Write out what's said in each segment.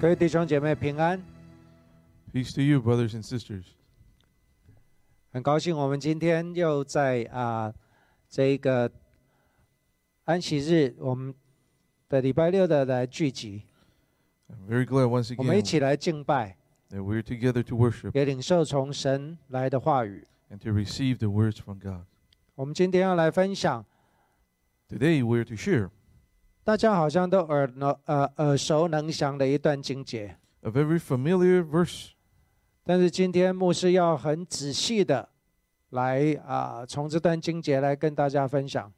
各位弟兄姐妹平安， Peace to you, brothers and sisters. 很高兴我们今天又在啊、这一个安息日，我们的礼拜六的来聚集， I'm very glad once 我们一 again 起来敬拜， that we're together to worship 也领受从神来的话语。 and to receive the words from God. 我们今天要来分享， Today, we're to share 大家好像都耳能呃耳熟能详的一段经节， a very familiar verse, 但是今天牧师要很仔细的来啊、从这段经节来跟大家分享。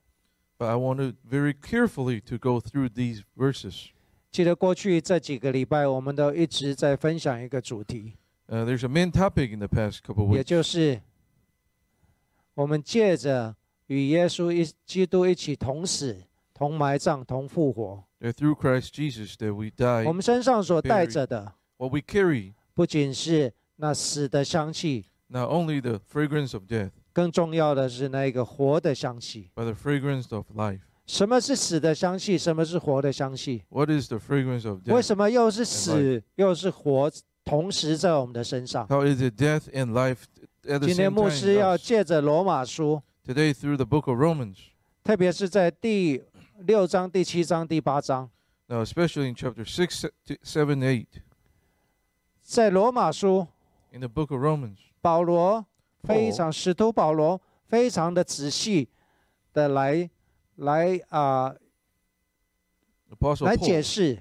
but I want to very carefully to go through these verses. 记得过去这几个礼拜，我们都一直在分享一个主题， Uh, there's a main topic in the past couple of 也 weeks, 就是我们借着与耶稣一基督一起同死、同埋葬、同复活， that through Christ Jesus that we die. 我们身上所带着的 What we carry, 不仅是那死的香气， not only the fragrance of death, 更重要的是那个活的香气。 but the fragrance of life. 什么是死的香气？什么是活的香气？ What is the fragrance of 为 death? 什么又是死又是活，同时在我们的身上？ How is it death and life at the 今天 same time? 牧 in 师要 us? 借着罗马书 Today, through the book of Romans. 特别是在第六章、第七章、第八章， Now, especially in chapter 6, se- t- 7, 8, 在罗马书， in the book of Romans, 保罗非 Paul, 常使徒保罗非常的仔细的来来啊、 Apostle 来解 Paul 释，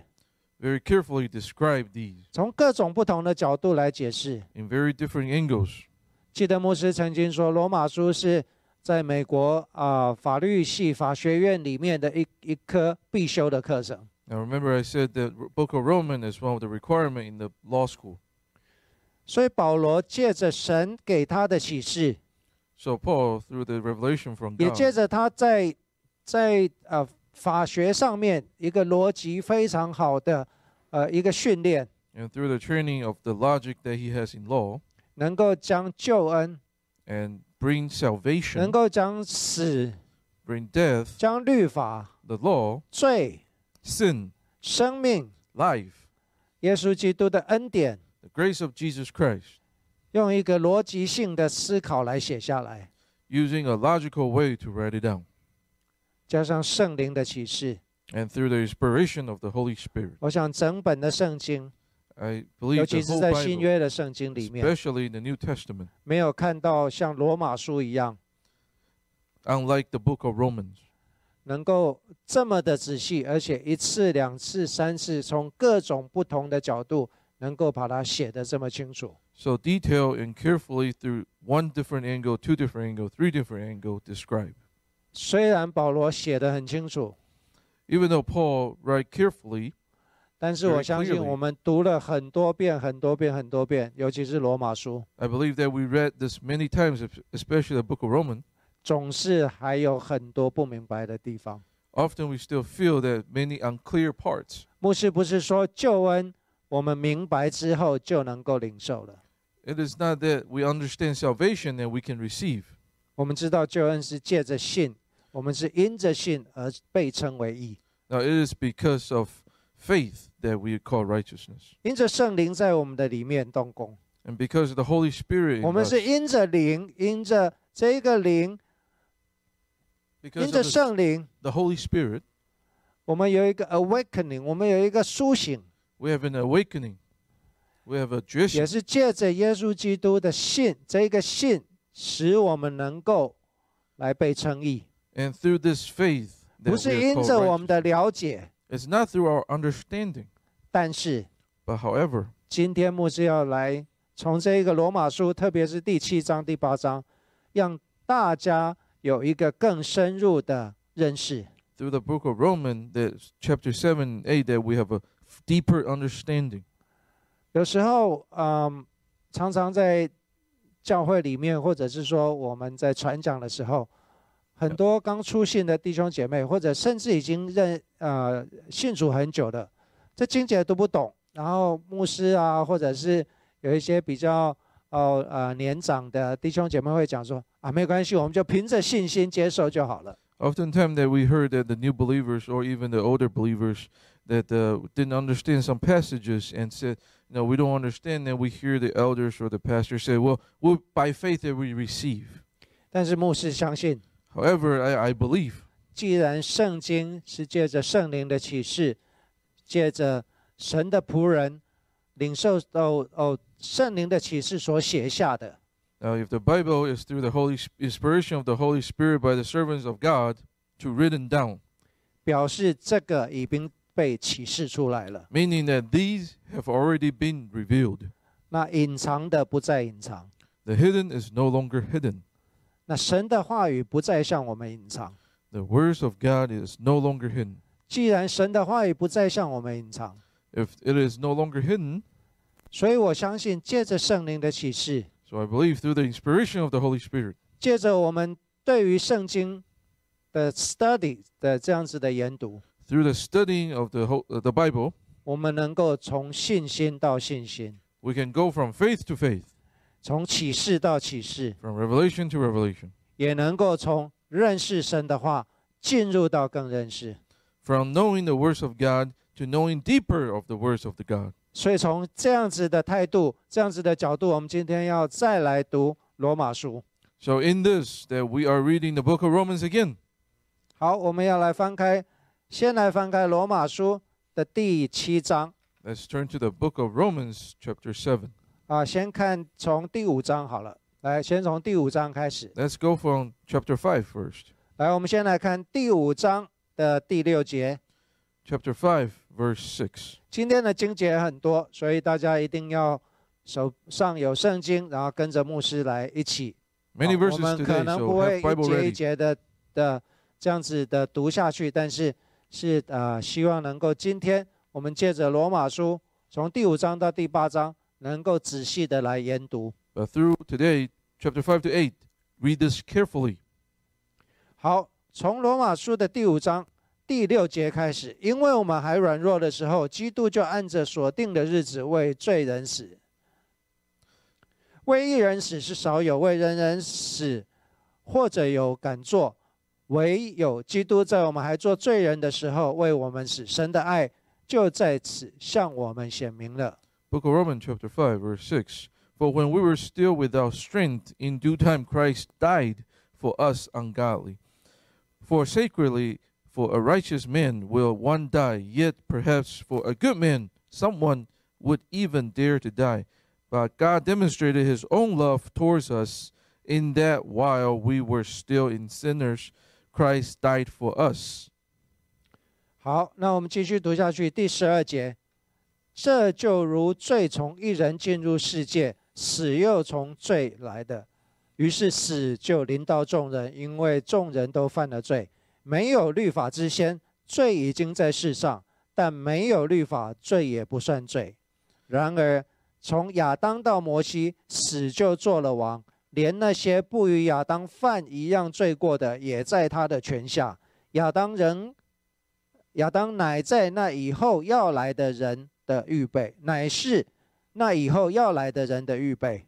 very carefully described these 从各种不同的角度来解释。 in very different angles. 记得牧师曾经说，罗马书是在美国啊、法律系法学院里面的一一科必修的课程。 Now, remember, I said that r- book of Romans is one of the requirement in the law school. 所以保罗借着神给他的启示， So, Paul, through the revelation from 也 God, 接着他在在呃法学上面一个逻辑非常好的呃一个训练， and through the training of the logic that he has in law, 能够将救恩， and bring salvation, 能够将死、 bring death, 将律法、 the law, 罪、 sin, 生命、 life, 耶稣基督的恩典， the grace of Jesus Christ, 用一个逻辑性的思考来写下来， using a logical way to write it down, 加上圣灵的启示， and through the inspiration of the Holy Spirit. 我想整本的圣经， I 尤 believe 其 the 是 whole 在新 Bible, 约的圣经里面， especially in the New Testament, 没有看到像罗马书一样 unlike the book of Romans, 能够这么的仔细，而且一次、两次、三次，从各种不同的角度，能够把它写得这么清楚。 so detailed and carefully through one different angle, two different angle, three different angle describe. 虽然保罗写得很清楚， Even though Paul write carefully, 但是我 Very 相信 clearly. 我们读了很多遍、很多遍、很多遍，尤其是罗马书， I believe that we read this many times, es- especially the book of Romans. 总是还有很多不明白的地方。 Often we still feel that many unclear parts. 牧师不是说救恩我们明白之后就能够领受了， It is not that we understand salvation and we can receive. 我们知道救恩是借着信，我们是因着信而被称为义。 Now it is because of faith that we are called righteousness, 因着圣灵在我们的里面动工， and because of the Holy Spirit. in 我们 us, 是因着灵，因着这个灵， because 因 of 着 the 圣灵， the Holy Spirit, 我们有一个 awakening，我们有一个苏醒， we have an awakening. We have a 也 dressing. 是借着耶稣基督的信，这个信使我们能够来被称义， And through this faith, that 不 we 是 are 因 called 着我们 righteous. 的了解。 it's not through our understanding, 但是 but however, 今天牧师要来从这个罗马书，特别是第七章、第八章，让大家有一个更深入的认识。 through the book of Romans, that's chapter 7 and 8, that we have a f- deeper understanding. 有时候，嗯，常常在教会里面，或者是说我们在传讲的时候，很多刚出信的弟兄姐妹，或者甚至已经认呃信主很久的，这经节都不懂，然后牧师啊，或者是有一些比较哦呃年长的弟兄姐妹会讲说啊，没关系，我们就凭着信心接受就好了。 Oftentimes that we heard that the new believers or even the older believers, that uh, didn't understand some passages and said, "No, we don't understand." Then we hear the elders or the pastor say, "Well, well by faith that we receive." 但是牧师相信， However, I, I believe 既然圣经是借着圣灵的启示，借着神的仆人领受哦哦圣灵的启示所写下的， now Uh, if the Bible is through the Holy Sp- inspiration of the Holy Spirit by the servants of God to written down, 表示这个已经被启示出来了。 meaning that these have already been revealed. 那隐藏的不再隐藏， The hidden is no longer hidden. 那神的话语不再向我们隐藏。 The words of God is no longer hidden. 既然神的话语不再向我们隐藏， If it is no longer hidden, 所以我相信，借着圣灵的启示， so I believe through the inspiration of the Holy Spirit, 借着我们对于圣经的 study 的这样子的研读， through the studying of the whole, uh, the Bible, 我们能够从信心到信心， we can go from faith to faith, 从启示到启示， from revelation to revelation, 也能够从认识神的话进入到更认识。 from knowing the words of God to knowing deeper of the words of the God. 所以从这样子的态度、这样子的角度，我们今天要再来读罗马书。 So in this that we are reading the book of Romans again. 好，我们要来翻开，先来翻开罗马书的第七章 Let's turn to the book of Romans chapter 7. 啊，先看从第五章好了。来，先从第五章开始。 Let's go from chapter 5 first. 来，我们先来看第五章的第六节。 Chapter 5 verse 6. 今天的经节很多，所以大家一定要手上有圣经，然后跟着牧师来一起。 Many 好我 verses 们可 today, 能 so 不会 have Bible 一节一 ready. 节的的这样子的读下去，但是是呃，希望能够今天我们借着罗马书从第五章到第八章，能够仔细的来研读。 But through today, chapter 5 to 8, read this carefully. 好，从罗马书的第五章第六节开始，因为我们还软弱的时候，基督就按着所定的日子为罪人死。为一人死是少有，为人人死，或者有敢做，唯有基督在我们还做罪人的时候为我们死。神的爱就在此向我们显明了。 Book of Romans chapter 5 verse 6. For when we were still without strength, in due time Christ died for us ungodly. For sacredly, for a righteous man will one die, yet perhaps for a good man someone would even dare to die. But God demonstrated his own love towards us in that while we were still in sinners, Christ died for us. 好，那我们继续读下去，第十二节，这就如罪从一人进入世界，死又从罪来的，于是死就临到众人，因为众人都犯了罪。没有律法之先，罪已经在世上，但没有律法，罪也不算罪。然而，从亚当到摩西，死就做了王，连那些不与亚当犯一样罪过的，也在他的权下。亚当人亚当乃在那以后要来的人的预备，乃是那以后要来的人的预备。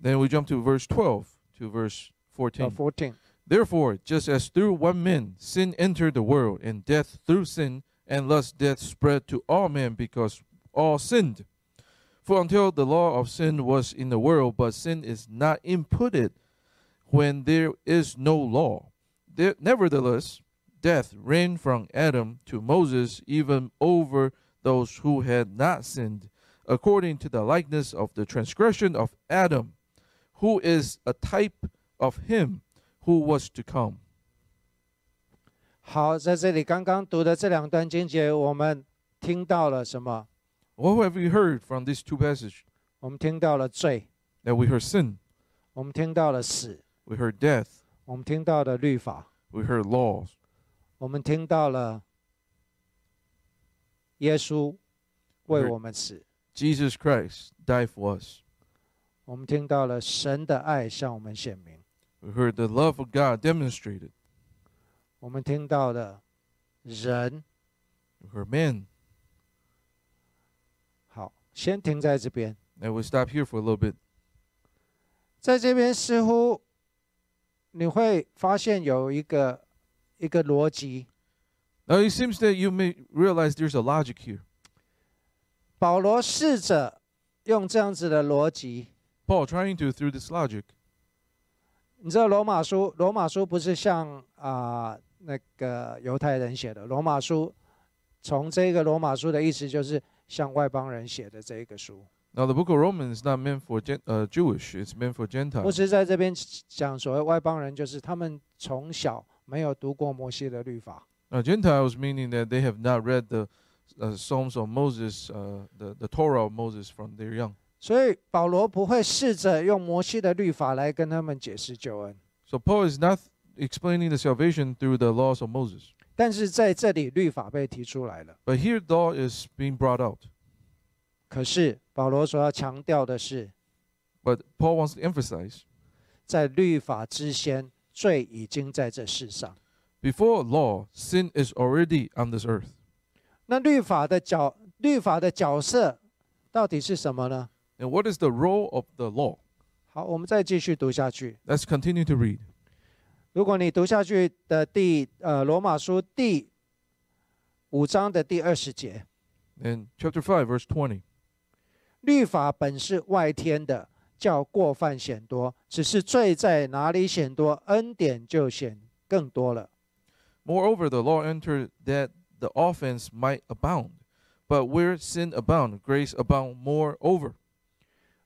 Then we jump to verse 12 to verse 14. Uh, fourteen。 Therefore, just as through one man sin entered the world, and death through sin, and thus death spread to all men because all sinned. For until the law of sin was in the world, but sin is not imputed when there is no law. There, nevertheless, death reigned from Adam to Moses, even over those who had not sinned, according to the likeness of the transgression of Adam, who is a type of him who was to come. 好，在这里刚刚读的这两段经节，我们听到了什么？ What have we heard from these two passages? 我们听到了罪， That we heard sin, 我们听到了死， we heard death, 我们听到了律法， we heard laws, 我们听到了耶稣为我们死， Jesus Christ died for us. 我们听到了神的爱向我们显明， We heard the love of God demonstrated. 我们听到了人。 We heard men. 好，先停在这边。 Now we stop here for a little bit. 在这边似乎你会发现有一个一个逻辑， Now it seems that you may realize there's a logic here. 保罗试着用这样子的逻辑， Paul trying to through this logic. 你知道罗马书，罗马书不是像啊、那个犹太人写的，罗马书从这个罗马书的意思就是向外邦人写的这一个书。 Now the book of Romans is not meant for gen- uh, Jewish; it's meant for 牧 Gentiles. 师在这边讲所谓外邦人，就是他们从小没有读过摩西的律法， Now Gentiles meaning that they have not read the uh, Psalms of Moses, uh, the the Torah of Moses from their young. 所以保罗不会试着用摩西的律法来跟他们解释救恩。 So Paul is not explaining the salvation through the laws of Moses, 但是在这里，律法被提出来了。 but here law is being brought out. 可是保罗所要强调的是， But Paul wants to emphasize: 在律法之先，罪已经在这世上。 before law, sin is already on this earth. 那律法的角，律法的角色到底是什么呢？ And what is the role of the law? 好，我们再继续读下去。 Let's continue to read. 如果你读下去的第呃罗马书第五章的第二十节， In chapter 5, verse 20. 律法本是外天的，叫过犯显多；只是罪在哪里显多，恩典就显更多了。 Moreover, the law entered that the offense might abound. But where sin abound, grace abound moreover.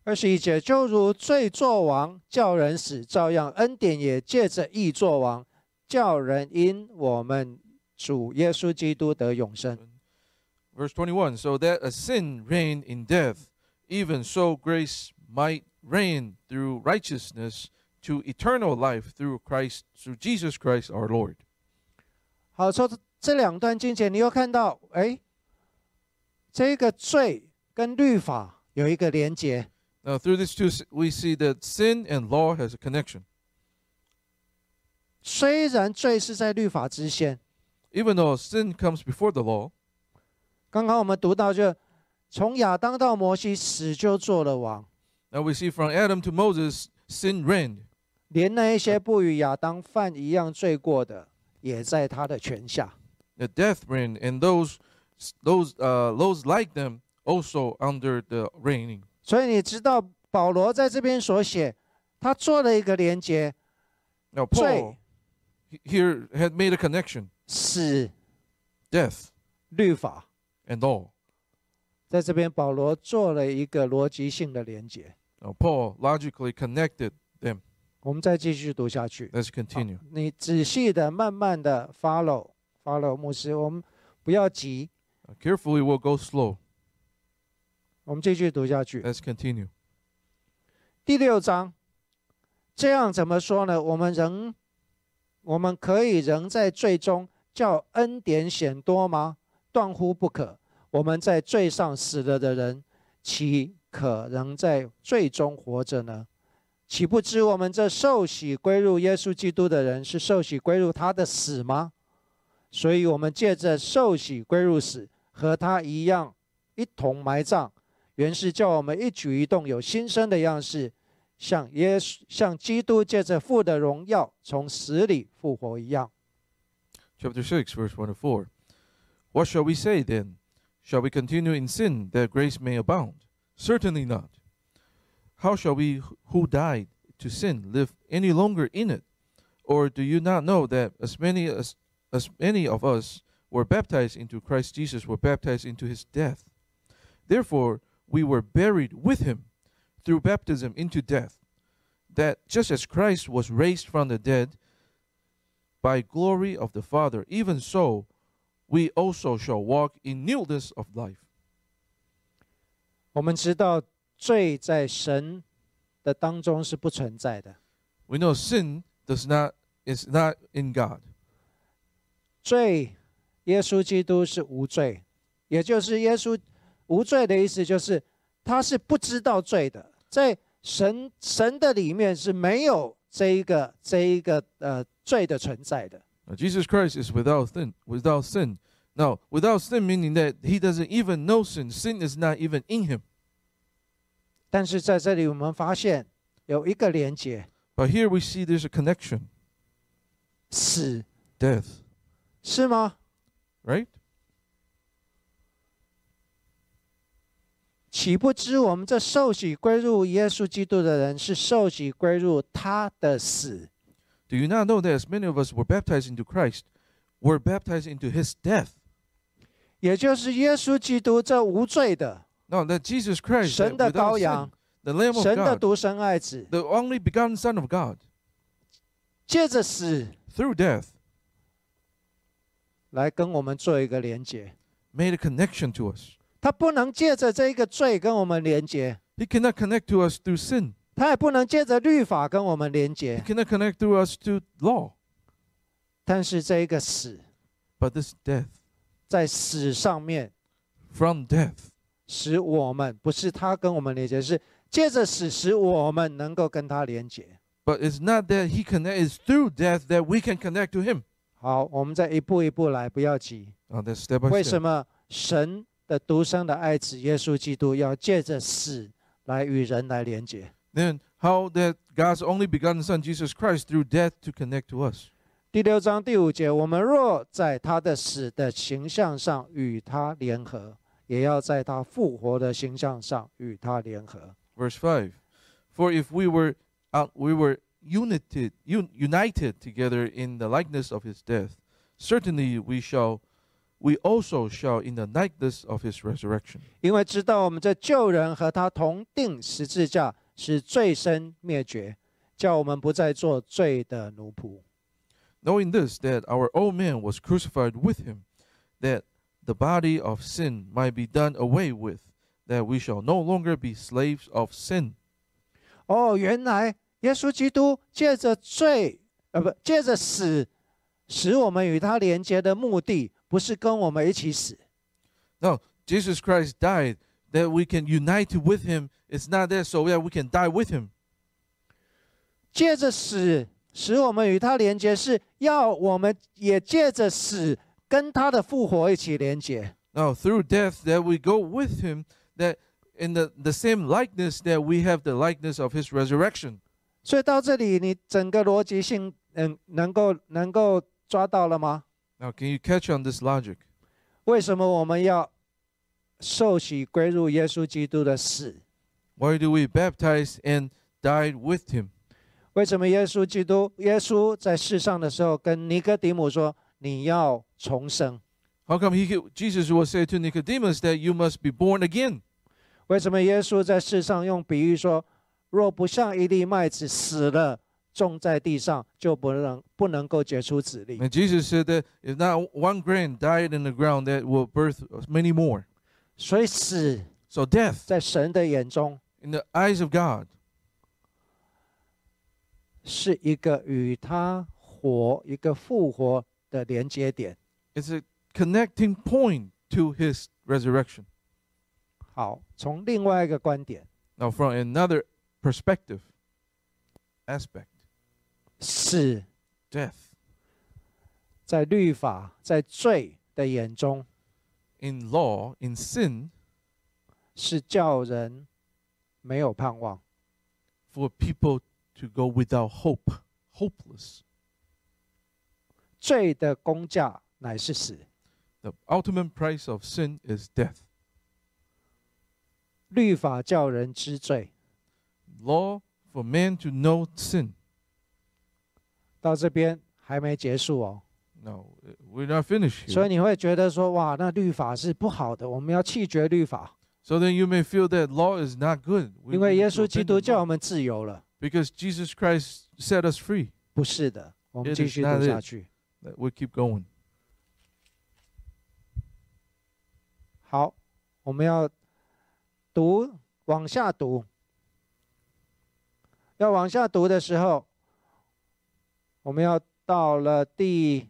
二十一节，就如罪作王叫人死，照样恩典也借着义作王叫人因我们主耶稣基督得永生。 Verse 21 So that a sin reigned in death, even so grace might reign through righteousness to eternal life through Christ, through Jesus Christ our Lord. 好，说这两段经节，你又看到，哎，这个罪跟律法有一个连结。 Now, through these two, s- we see that sin and law has a connection. 虽然罪是在律法之先， Even though sin comes before the law, 刚刚我们读到就从亚当到摩西，死就做了王， now we see from Adam to Moses, sin reigned. 连那一些不与亚当犯一样罪过的，也在他的权下。 the death reign, and those those uh, those like them also under the reigning. 所以你知道保罗在这边所写，他做了一个连接， Now Say. Paul he- here had made a connection: 死 death 律法， and all. 在这边保罗做了一个逻辑性的连接。 Now Paul logically connected them. 我们再继续读下去， Let's continue. 你仔细的、慢慢的 follow follow 牧师，我们不要急， Now, carefully, we'll go slow. 我们继续读下去。 Let's continue. 第六章，这样怎么说呢？我们仍，我们可以仍在罪中叫恩典显多吗？断乎不可。我们在罪上死了的人，岂可仍在罪中活着呢？岂不知我们这受洗归入耶稣基督的人，是受洗归入他的死吗？所以，我们借着受洗归入死，和他一样，一同埋葬。原是叫我们一举一动有新生的样式，像耶稣、像基督借着父的荣耀从死里复活一样。 Chapter six, verse one to four. What shall we say then? Shall we continue in sin that grace may abound? Certainly not. How shall we wh- who died to sin live any longer in it? Or do you not know that as many as, as many of us were baptized into Christ Jesus were baptized into his death? Therefore we were buried with him through baptism into death, that just as Christ was raised from the dead by glory of the Father, even so we also shall walk in newness of life. 我们知道罪在神的当中是不存在的， We know sin does not is not in God. 罪，耶稣基督是无罪，也就是耶稣无罪的意思就是他是不知道罪的，在神神的里面是没有这一个这一个呃罪的存在的。 Now, Jesus Christ is without sin. Without sin. Now, without sin meaning that he doesn't even know sin. Sin is not even in him. 但是在这里我们发现有一个连接， But here we see there's a connection. 死 Death. 是吗？ right? 岂不知我们这受洗归入耶稣基督的人，是受洗归入他的死。 Do you not know that as many of us were baptized into Christ, were baptized into his death? 也就是耶稣基督这无罪的 Now that Jesus Christ, that 神的羔 without sin, 羊， the Lamb of 神的 God, 独生爱子， the only begotten Son of God, 借着死 through death, 来跟我们做一个连接。 made a connection to us. 他不能借着这一个罪跟我们连接， He cannot connect to us through sin. 他也不能借着律法跟我们连 He 接， cannot connect through us to law. 但是这一个死， But this death, 在死上面 from death, 使我们不是他跟我们连接，是借着死使我们能够跟他连接。 But it's not that he connect. It's through death that we can connect to him. 好，我们再一步一步来，不要急。 Oh, that's step 为 by 什 step. 么神的独生的爱子耶稣基督要借着死来与人来连接？ Then how that God's only begotten Son Jesus Christ through death to connect to us. 第六章第五节，我们若在他的死的形象上与他联合，也要在他复活的形象上与他联合。 Verse five. For if we were out, we were united, un- united together in the likeness of his death. Certainly we shall, we also shall in the likeness of his resurrection. 因为知道我们这旧人和他同定十字架，使罪身灭绝，叫我们不再做罪的奴仆。 knowing this that our old man was crucified with him, that the body of sin might be done away with, that we shall no longer be slaves of sin. 哦，原来耶稣基督借着罪，呃，不，借着死，使我们与他连接的目的，不是跟我们一起死， Jesus Christ died that we can unite with him. It's not that so that we can die with him. 借着死使我们与他连接，是要我们也借着死跟他的复活一起连接。 Now through death that we go with him, that in the, the same likeness that we have the likeness of his resurrection. 所以到这里，你整个逻辑性，嗯，能够能够抓到了吗？ Now can you catch on this logic? 为什么我们要受洗归入耶稣基督的死？ Why do we baptize and died with him? 为什么耶稣基督耶稣在世上的时候跟尼哥底母说：“你要重生 How come he could- Jesus will say to Nicodemus that you must be born again? ”为什么耶稣在世上用比喻说：“若不像一粒麦子死了，种在地上，就不能不能够结出籽粒。 And Jesus said that if not one grain died in the ground, that will birth many more. ”所以死 So death 在神的眼中 in the eyes of God 是一个与他活、一个复活的连接点。 is a connecting point to his resurrection. 好，从另外一个观点， Now from another perspective, aspect, 死 death 在律法、在罪的眼中 in law, in sin, 是叫人没有盼望。 for people to go without hope, hopeless. 罪的公价乃是死， The ultimate price of sin is death. 律法叫人知罪。 Law for man to know sin. 到这边还没结束哦， No, uh, we're not finished 所以 here. 你会觉得说，哇，那律法是不好的，我们要弃绝律法， So then you may feel that law is not good. We 因为 need 耶 to 稣 obey 基 the 督叫 law 我们自由了。 Because Jesus Christ set us free. 不是的，我们 It is 继续 not 读 it. 下去。 That we keep going. 好，我们要读往下读，要往下读的时候，我们要到了第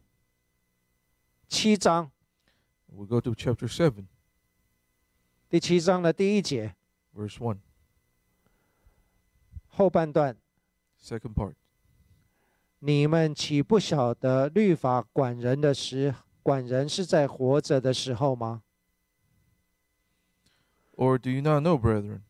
七章， We go to chapter 7, 第七章的第一节 verse 1, 后半段。 second part. 你们岂不晓得律法管人的时，管人是在活着的时候吗？ Or do you not know, brethren,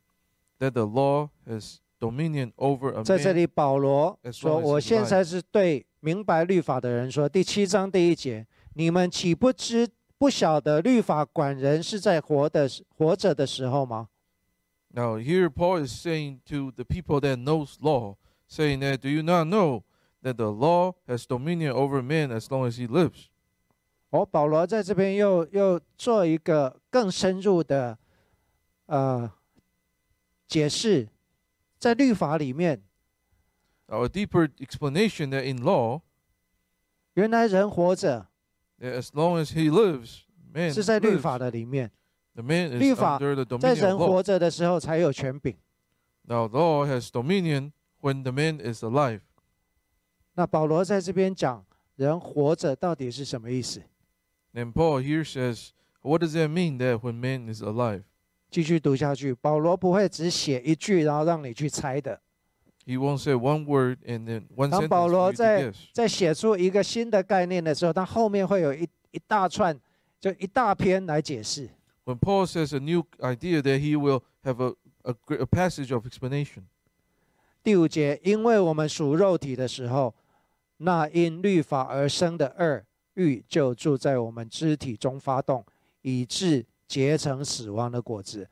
that the law has dominion over a 在这 man? 里，保罗 as 说：“ long as 我 you 现 like 在是对明白律法的人说，第七章第一节，你们岂不知不晓得律法管人是在活的时活着的时候吗？ Now here Paul is saying to the people that knows law, saying that do you not know that the law has dominion over man as long as he lives? 哦，保罗在这边又又做一个更深入的呃解释，在律法里面， Now a deeper explanation that in law, 原来人活着 that as long as he lives, man 是在律 lives. 法的里面， The man is 律法 under the 在 dominion 人 of 活 law. 着的时候才有权柄。 Now law has dominion when the man is alive. 那保罗在这边讲人活着到底是什么意思？ And Paul here says, what does that mean that when man is alive? 继续读下去，保罗不会只写一句，然后让你去猜的。 He won't say one word and then one 当 sentence 保 for 罗 you to 在 guess. 在写出一个新的概念的时候，他后面会有一一大串，就一大篇来解释。 When Paul says a new idea, that he will have a, a, gr- a passage of explanation. 第五节，因为我们属肉体的时候，那因律法而生的恶欲就住在我们肢体中发动，以致结成死亡的果子。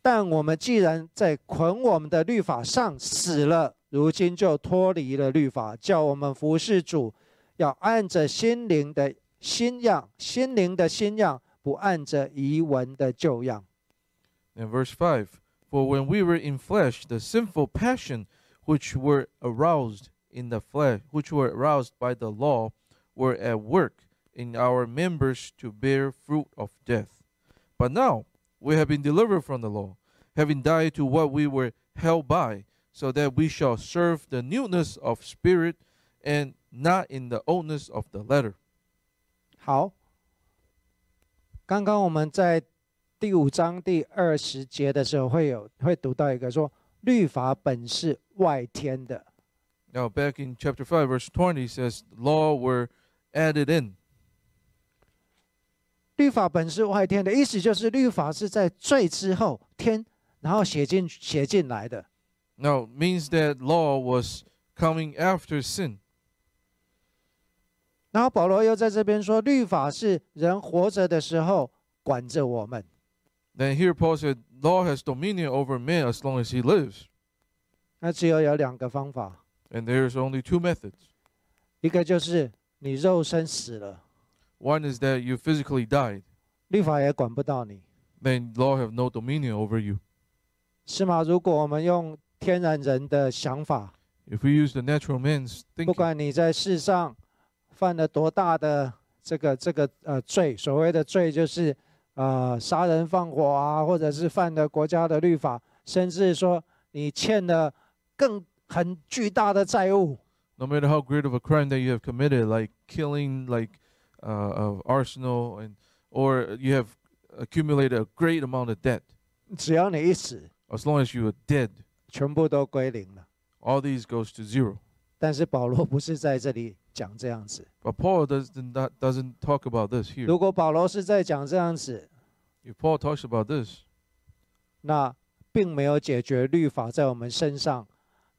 但我们既然在捆我们的律法上死了，如今就脱离了律法，叫我们服侍主，要按着心灵的新样，心灵的新样，不按着遗文的旧样。 And verse 5 For when we were in flesh, the sinful passion which were aroused in the flesh, which were aroused by the law, were at work in our members to bear fruit of death. But now we have been delivered from the law, having died to what we were held by, so that we shall serve the newness of spirit and not in the oldness of the letter. 好，刚刚我们在第五章第二十节的时候，会有会读到一个说，律法本是外天的， Now, back in chapter 5, verse 20, it says, Law were added in. 律法本是外天的意思就是律法是在罪之后天，然后写进写进来的。 Now, it means that law was coming after sin. 然后保罗又在这边说，律法是人活着的时候管着我们。 Then here Paul said, Law has dominion over man as long as he lives. 那只有有两个方法， And there's only two methods. 一个就是你肉身死了， One is that you physically died, 律法也管不到你， then law have no dominion over you. 是吗？如果我们用天然人的想法， If we use the natural man's 不 thinking, 管你在世上犯了多大的这个这个呃罪，所谓的罪就是呃杀人放火啊，或者是犯了国家的律法，甚至说你欠了更很巨大的债务， no matter how great of a crime that you have committed, like killing, like uh, of arsenal, and or you have accumulated a great amount of debt, 只要你一死， as long as you are dead, 全部都归零了。 all these goes to zero. 但是保罗不是在这里讲这样子。 But Paul doesn't not, doesn't talk about this here. 如果保罗是在讲这样子， If Paul talks about this, 那并没有解决律法在我们身上、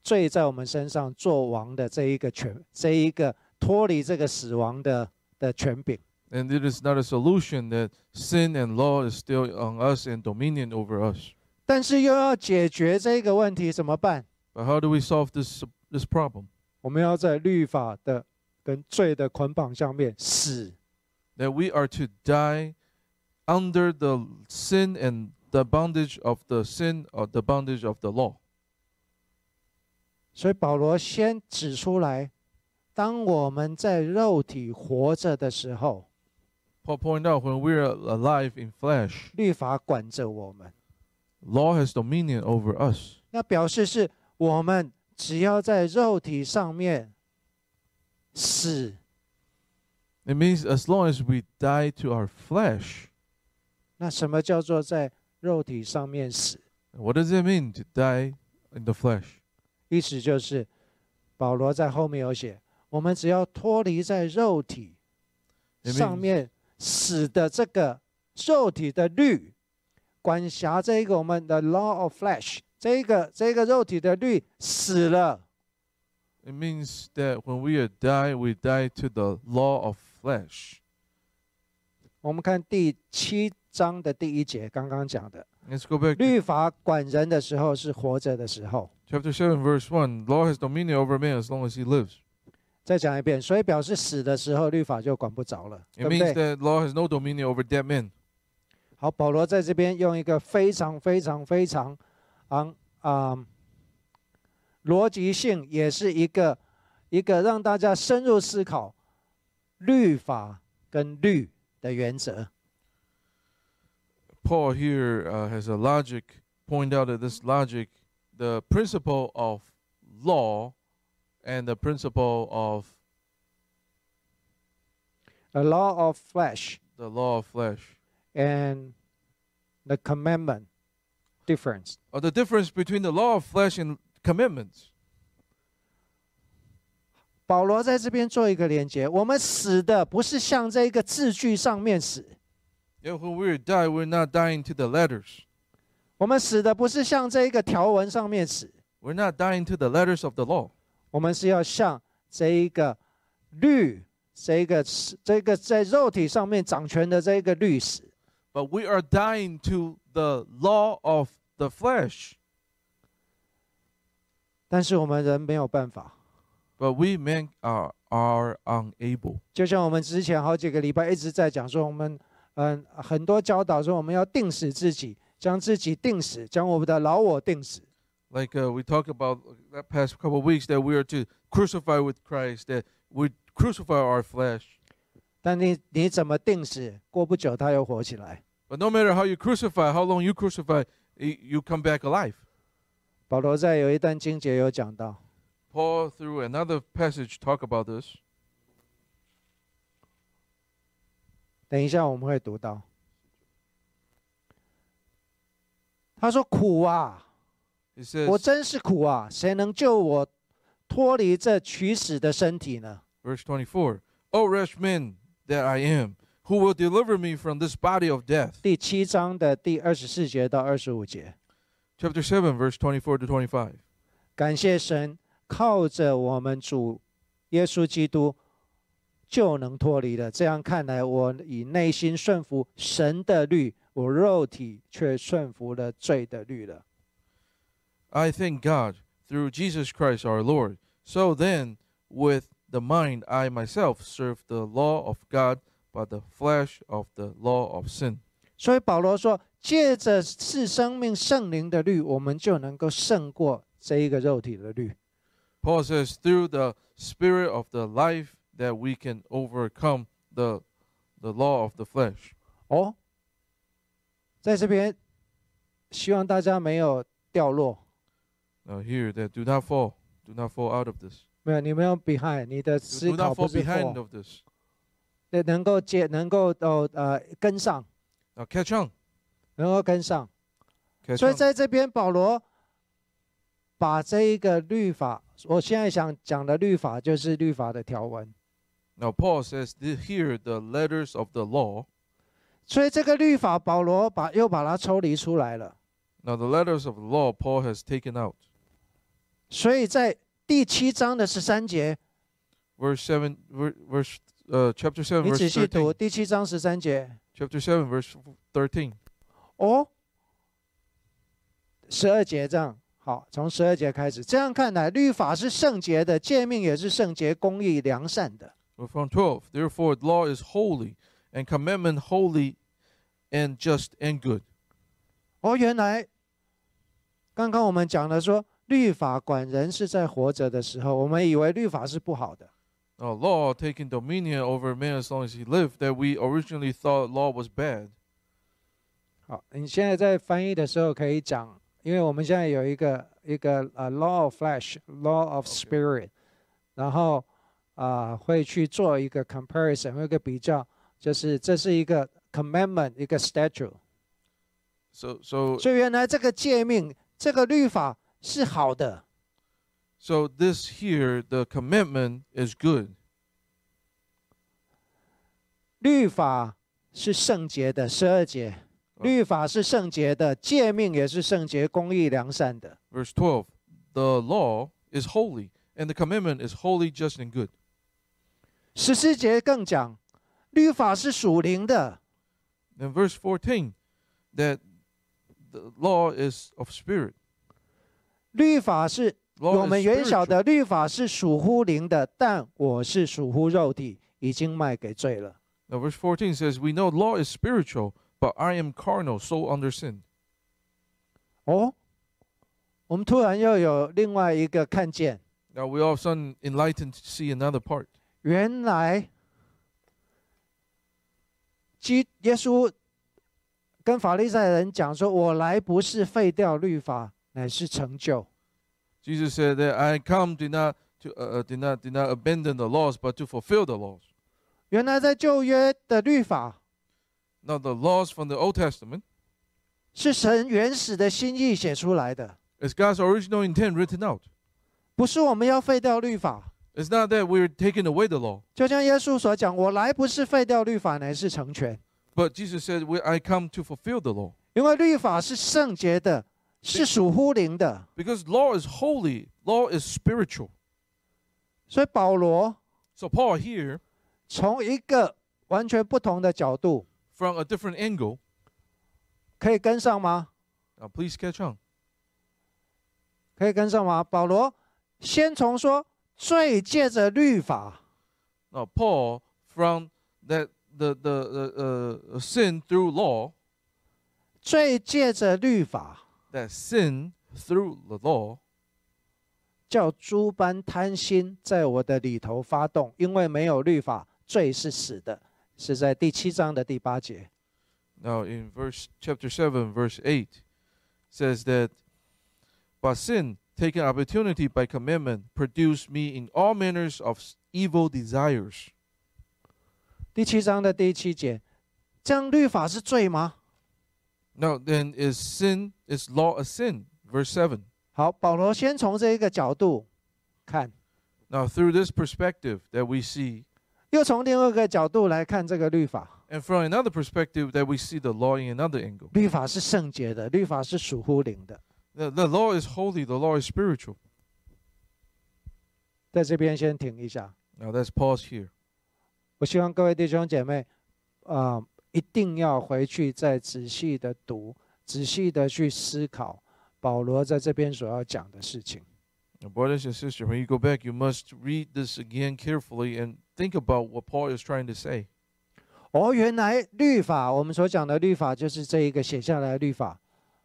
罪在我们身上做王的这一个权，这一个脱离这个死亡的的权柄。 and it is not a solution that sin and law is still on us and dominion over us. 但是又要解决这个问题怎么办？ But how do we solve this this problem? 我们要在律法的跟罪的捆绑下面死， That we are to die under the sin and the bondage of the sin or the bondage of the law. 所以保罗先指出来，当我们在肉体活着的时候， Paul pointed out when we are alive in flesh, 律法管着我们， law has dominion over us. 那表示是我们只要在肉体上面死， It means as long as we die to our flesh, 那什么叫做在肉体上面死？ what does it mean to die in the flesh? 意思就是，保罗在后面有写，我们只要脱离在肉体 It 上 means- 面死的这个肉体的律，管辖这个我们的 law of flesh，这个这个肉体的律死了， It means that when we are die, we die to the law of flesh. 我们看第七章的第一节，刚刚讲的， Let's go back to 律法管人的时候是活着的时候。 chapter 7, verse 1. Law has dominion over man as long as he lives. 再讲一遍，所以表示死的时候律法就管不着了，对 It 不 means 对？ that law has no dominion over dead men. 好，保罗在这边用一个非常非常非常，昂啊、逻辑性也是一个一个让大家深入思考律法跟律的原则。 Paul here uh, has a logic, point out that this logic, the principle of law and the principle of The law of flesh the law of flesh and the commandment difference。 or the difference between the law of flesh and commandments. 保罗在这边做一个连接，我们死的不是像这个字句上面死， Yeah, when we die, we're not dying to the letters. 我们死的不是像这一个条文上面死， We're not dying to the letters of the law. 我们是要像这一个律，这一个这个在肉体上面掌权的这一个律死。 but we are dying to the law of the flesh. 但是我们人没有办法， But we men are, are unable. 就像我们之前好几个礼拜一直在讲说，我们嗯很多教导说我们要定死自己，将自己定死，将我们的老我定死。 Like uh, we talked about that past couple of weeks, that we are to crucify with Christ, that we crucify our flesh. 但你你怎么定死？过不久他又活起来。 But no matter how you crucify, how long you crucify, y- you come back alive. 保罗在有一段经节有讲到， Paul, through another passage, talk about this. 等一下我们会读到。他说：“苦啊， He says, 我真是苦啊！谁能救我脱离这取死的身体呢 verse 24, O wretched man that I am, who will deliver me from this body of？”death? 第七章的第二十四节到二十五节， Chapter 7, verse 24 to 25. 感谢神，靠着我们主耶稣基督就能脱离了。这样看来，我以内心顺服神的律，我肉体却顺服了罪的律了。 I thank God through Jesus Christ our Lord. So then, with the mind, I myself serve the law of God, but the flesh of the law of sin. 所以保罗说，借着是生命圣灵的律，我们就能够胜过这一个肉体的律。 Paul says, through the spirit of the life that we can overcome the the law of the flesh. 哦，在这边，希望大家没有掉落， Now here that do not fall, do not fall out of this. 没有你没有 behind，你的 Do 思 do 考 not 不 fall 是 behind 错， of this. 对，能够接，能够哦呃跟上， Now catch on. 能够跟上。 Catch 所以 on. 在这边，保罗把这一个律法，我现在想讲的律法就是律法的条文。 Now Paul says th- here the letters of the law. 所以这个律法，保罗把又把它抽离出来了。 Now the letters of the law Paul has taken out. 所以在第七章的十三节， verse 7 ver- verse uh, chapter 7你仔 verse 细读13第七章十三节 chapter 7 verse 13哦，十二节这样。好，从十二节开始，这样看来，律法是圣洁的，诫命也是圣洁、公义、良善的。 We're from 12 therefore law is holy and commandment holy and just and good 哦，原来刚刚我们讲了说，律法管人是在活着的时候，我们以为律法是不好的， now law taking dominion over man as long as he lived that we originally thought law was bad 好，你现在在翻译的时候可以讲，因为我们现在有一个一个呃 law of flesh, law of OK spirit，、然后啊、呃会去做一个 comparison，会有一个比较，就是这是一个 commandment，一个 statue。 so so 所以原来这个诫命，这个律法是好的， so this here the commandment is good 律法是圣洁的，十二节。律法是圣洁的，诫命也是圣洁、公义、良善的。 verse 12 the law is holy and the commandment is holy just and good 十四节更讲，律法是属灵的， in verse 14 that the law is of spirit. 律法是 Law 我 is 们原晓 spiritual. 得律法是属乎灵的，但我是属乎肉体，已经卖给罪了。 Now, verse 14 says, We know law is spiritual, but I am carnal, so under sin. 哦，我们突然又有另外一个看见， Now, we all of a sudden enlightened to see another part. 原来基耶稣跟法利赛人讲说：“我来不是废掉律法，乃是成就。 Jesus said that I come did not to uh, uh, did not did not abandon the laws, but to fulfill the laws. ”原来在旧约的律法 Now, the laws from the Old Testament 是神原始的心意写出来的， is God's original intent written out. 不是我们要废掉律法。 It's not that we're taking away the law, 就像耶稣所讲：“我来不是废掉律法，乃是成全。” but Jesus said, we, I come to fulfill the law. 因为律法是圣洁的，是属乎灵的， Because law is holy, law is spiritual. 所以保罗 So Paul here, 从一个完全不同的角度， from a different angle, 可以跟上吗？ now please catch on. 可以跟上吗？保罗先从说罪借着律法， Now Paul from that the the uh, uh, sin through law, 罪借着律法 that sin through the law 叫诸般贪心在我的里头发动，因为没有律法，罪是死的，是在第七章的第八节。 Now in verse chapter 7 verse 8 says that but sin taking opportunity by commandment produced me in all manners of s- evil desires. 第七章的第七节，这样律法是罪吗？ Now then is sin is law a sin? Verse 7. 好，保罗先从这一个角度看。 Now through this perspective that we see 又从另外一个角度来看这个律法， and from another perspective that we see the law in another angle. 律法是圣洁的，律法是属乎灵的。 The, the law is holy, the law is spiritual. 在这边先停一下， Now let's pause here. 我希望各位弟兄姐妹，啊、一定要回去再仔细的读，仔细的去思考保罗在这边所要讲的事情。 Now, brothers and sisters, when you go back, you must read this again carefully and think about what Paul is trying to say. 哦，原来律法，我们所讲的律法就是这一个写下来的律法。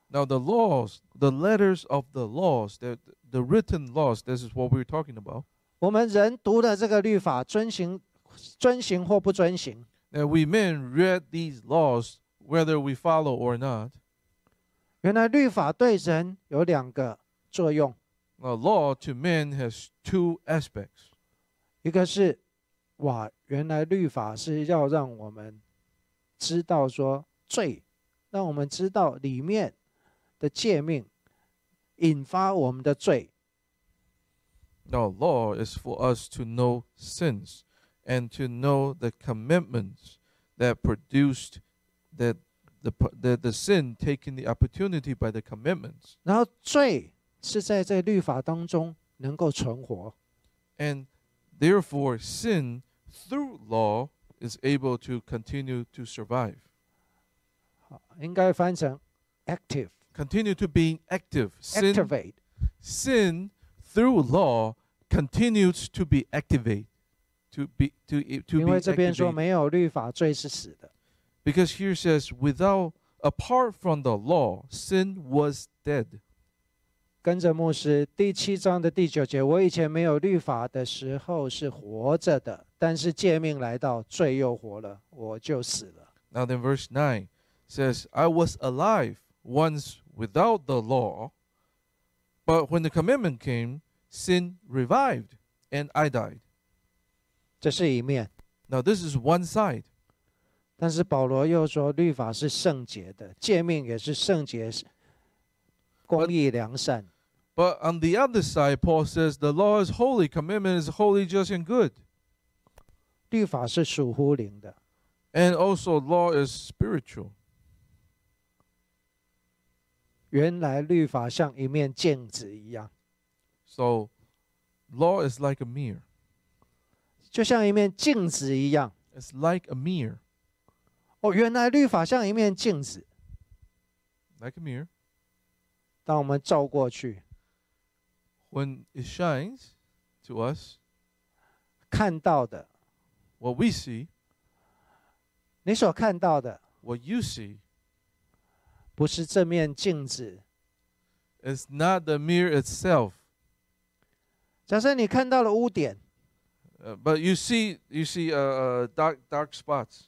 Now, the laws, the letters of the laws, the, the written laws, this is what we were talking about. 我们人读的这个律法，遵行、遵行或不遵行， That we men read these laws, whether we follow or not. 原来律法对人有两个作用。 Now, law to men has two aspects. 一个是，哇，原来律法是要让我们知道说罪，让我们知道里面的诫命引发我们的罪。 Now, law is for us to know sins and to know the commitments that produced that the p- that the sin taking the opportunity by the commitments 然后罪是在这律法当中能够存活。 and therefore sin through law is able to continue to survive 好，应该翻成 active continue to being active sin activate。 sin through law continues to be activate to be to to 因 be 为这边 activated. 说没有律法，罪是死的。 Because here says, without apart from the law, sin was dead. 跟着牧师第七章的第九节，我以前没有律法的时候是活着的，但是诫命来到，罪又活了，我就死了。 Now then verse 9 says, I was alive once without the law, but when the commandment came, sin revived and I died. 这是一面。 Now this is one side. 但是保罗又说，律法是圣洁的，诫命也是圣洁，公义良善。 But on the other side, Paul says the law is holy, commandment is holy, just and good. 律法是属乎灵的， And also law is spiritual. 原来律法像一面镜子一样， So law is like a mirror. 就像一面镜子一样。 It's like a mirror. 哦，原来律法像一面镜子， like a mirror. 当我们照过去， When it shines to us, 看到的， what we see, 你所看到的， what you see, 不是这面镜子。 is not the mirror itself, 假设你看到了污点， uh, but you see you see uh, uh, dark dark spots.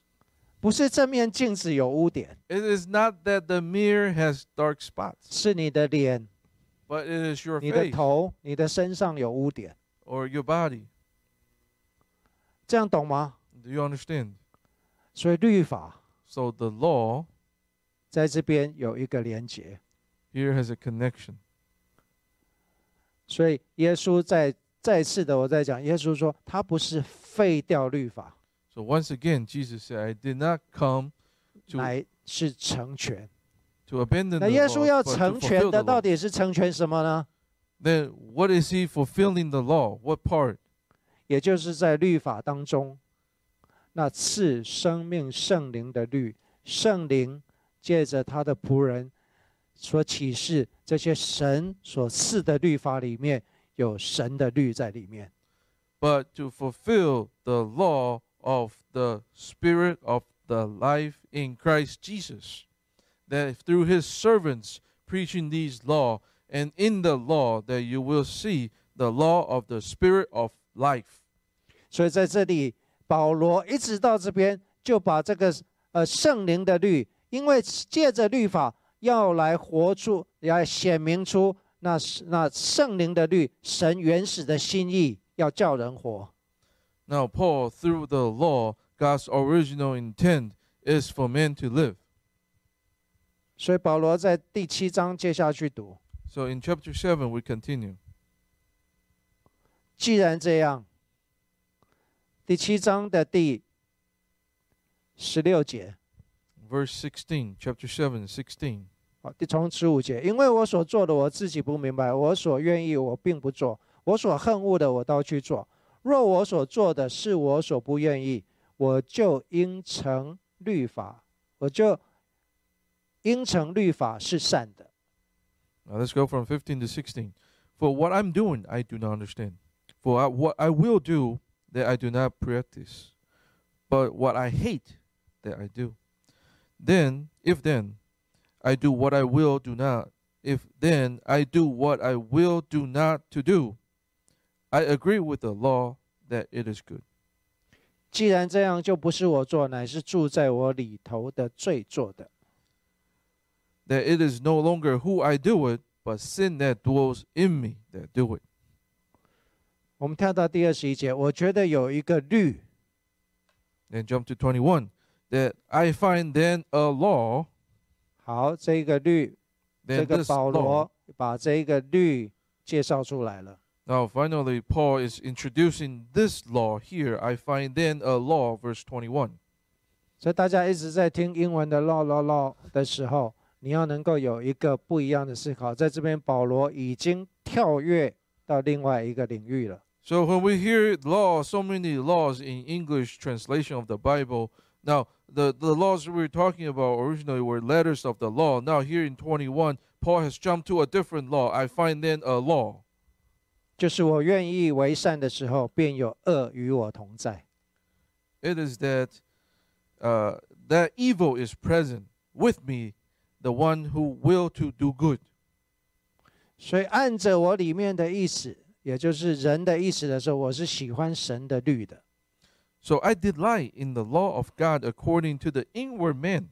不是这面镜子有污点， It is not that the mirror has dark spots, 是你的脸、 but it is your 你的 face 头、你的身上有污点， or your body. 这样懂吗？ Do you understand? 所以律法 So the law 在这边有一个连结。 here has a connection. 所以耶稣在再次的我在讲，耶稣说他不是废掉律法， So once again, Jesus said, "I did not come to 乃是成全。 to abandon 那 the 耶稣 law, 要 but to 成 fulfill 全的 the 到 law." 底是成全什么呢？ Then what is he fulfilling the law? What part? 也就是在律法当中，那赐生命圣灵的律，圣灵借着他的仆人所启示这些神所赐的律法里面有神的律在里面。 But to fulfill the law of the Spirit of the life in Christ Jesus, that through His servants preaching these law, and in the law that you will see the law of the Spirit of life. 所以在这里，保罗一直到这边就把这个呃圣灵的律，因为借着律法要来活出，来显明出那那圣灵的律，神原始的心意要叫人活。 Now, Paul, through the law, God's original intent is for man to live. 所以保罗在第七章接下去读， So in chapter 7, we continue. 既然这样，第七章的第十六节， Verse 16, chapter 7, 16. 好，哦第从十五节，因为我所做的我自己不明白，我所愿意我并不做，我所恨恶的我倒去做。若我所做的是我所不愿意，我就应承律法，我就应承律法是善的。 Now let's go from 15 to 16. For what I'm doing, I do not understand. For I, what I will do, that I do not practice. But what I hate, that I do. Then, if then, I do what I will do not, if then I do what I will do not to do, I agree with the law that it is good. 既然这样，就不是我做，乃是住在我里头的罪做的。 That it is no longer who I do it, but sin that dwells in me that do it. 我们跳到第二十一节，我觉得有一个律， Then jump to 21. That I find then a law 好，这个律，这 then 个 this 保 law. 罗把这个律介绍出来了。 Now, finally, Paul is introducing this law here. I find then a law, verse 21. 所以大家一直在听英文的 law law law 的时候，你要能够有一个不一样的思考。在这边，保罗已经跳跃到另外一个领域了。 So, when we hear law, so many laws in English translation of the Bible. Now, the, the laws we were talking about originally were letters of the law. Now, here in 21, Paul has jumped to a different law. I find then a law. 就是我愿意为善的时候，便有恶与我同在。 It is that uh, that evil is present with me, the one who will to do good. 所以按着我里面的意思，也就是人的意思的时候，我是喜欢神的律的。 So I delight in the law of God according to the inward man.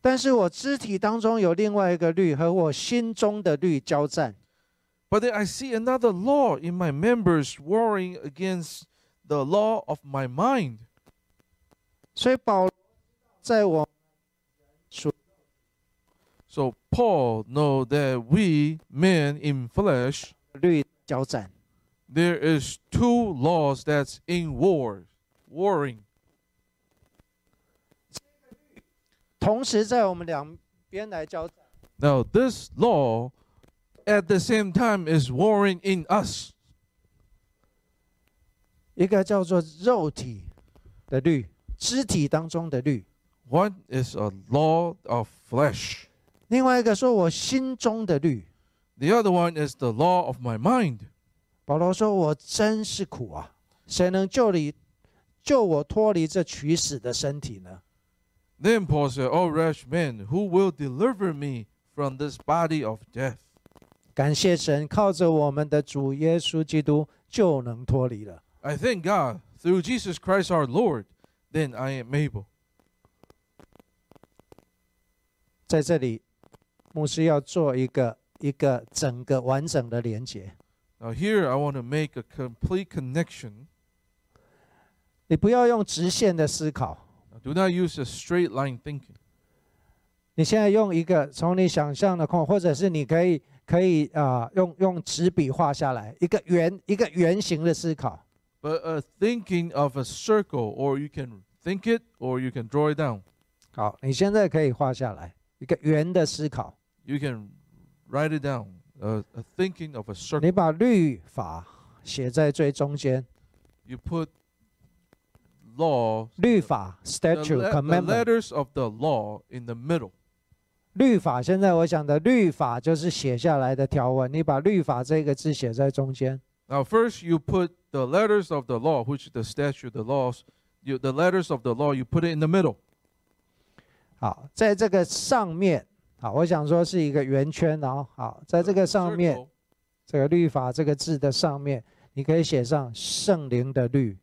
但是我肢体当中有另外一个律和我心中的律交战， But then I see another law in my members warring against the law of my mind. 所以保罗在我 So Paul know that we men in flesh, 律交战， there is two laws that's in war, warring. 同时在我们两边来交战。 Now this law at the same time is warring in us. 一个叫做肉体的律，肢体当中的律， One is a law of flesh, 另外一个说我心中的律。 the other one is the law of my mind. 保罗说：“我真是苦啊！谁能救你，救我脱离这取死的身体呢 Then Paul said, O rash man, who will deliver me from this body of death? ”感谢神，靠着我们的主耶稣基督就能脱离了。 I thank God through Jesus Christ our Lord, then I am able. 在这里，牧师要做一个一个整个完整的连接。 Now, here I want to make a complete connection. 你不要用直线的思考， Now, do not use a straight line thinking. 你现在用一个从你想象的空，或者是你可以可以啊、用用纸笔画下来一个圆一个圆形的思考。 but a thinking of a circle, or you can think it or you can draw it down. 好，你现在可以画下来一个圆的思考。 You can write it down. A, a thinking of a 你 circle. 把律法写在最中间， You put law, 律法 the, statute le- the commandment， letters of the law in the middle. 律法。现在我想的律法就是写下来的条文，你把律法这个字写在中间。 Now, first you put the letters of the law, which is the statute, the laws, you, the letters of the law. You put it in the middle. 好，在这个上面，好，我想说是一个圆圈，然后好，在嗯这 The 个上面， circle, 这个律法这个字的上面，你可以写上圣灵的律。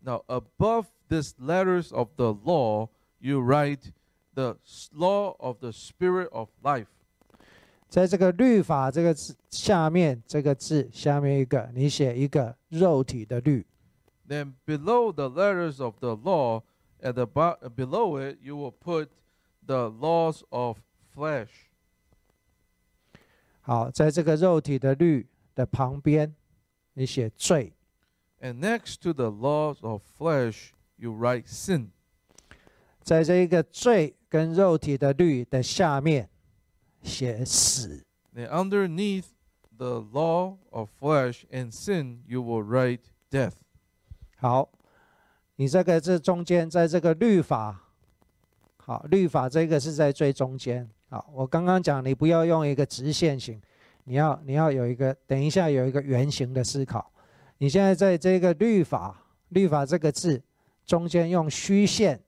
Now, above these letters of the law, you write the s- law of the spirit of life. 在这个律法这个字下面，这个字下面一个，你写一个肉体的律。 Then below the letters of the law, at the bo- below it, you will put the laws of flesh. 好，在这个肉体的律的旁边，你写罪。 And next to the laws of flesh, you write sin. 在这一个罪跟肉体的律的下面写死。 Then underneath the law of flesh and sin, you will write death. 好，你这个这中间，在这个律法，好，律法这个是在最中间。好，我刚刚讲，你不要用一个直线型，你要你要有一个，等一下有一个圆形的思考。你现在在这个律法，律法这个字中间用虚线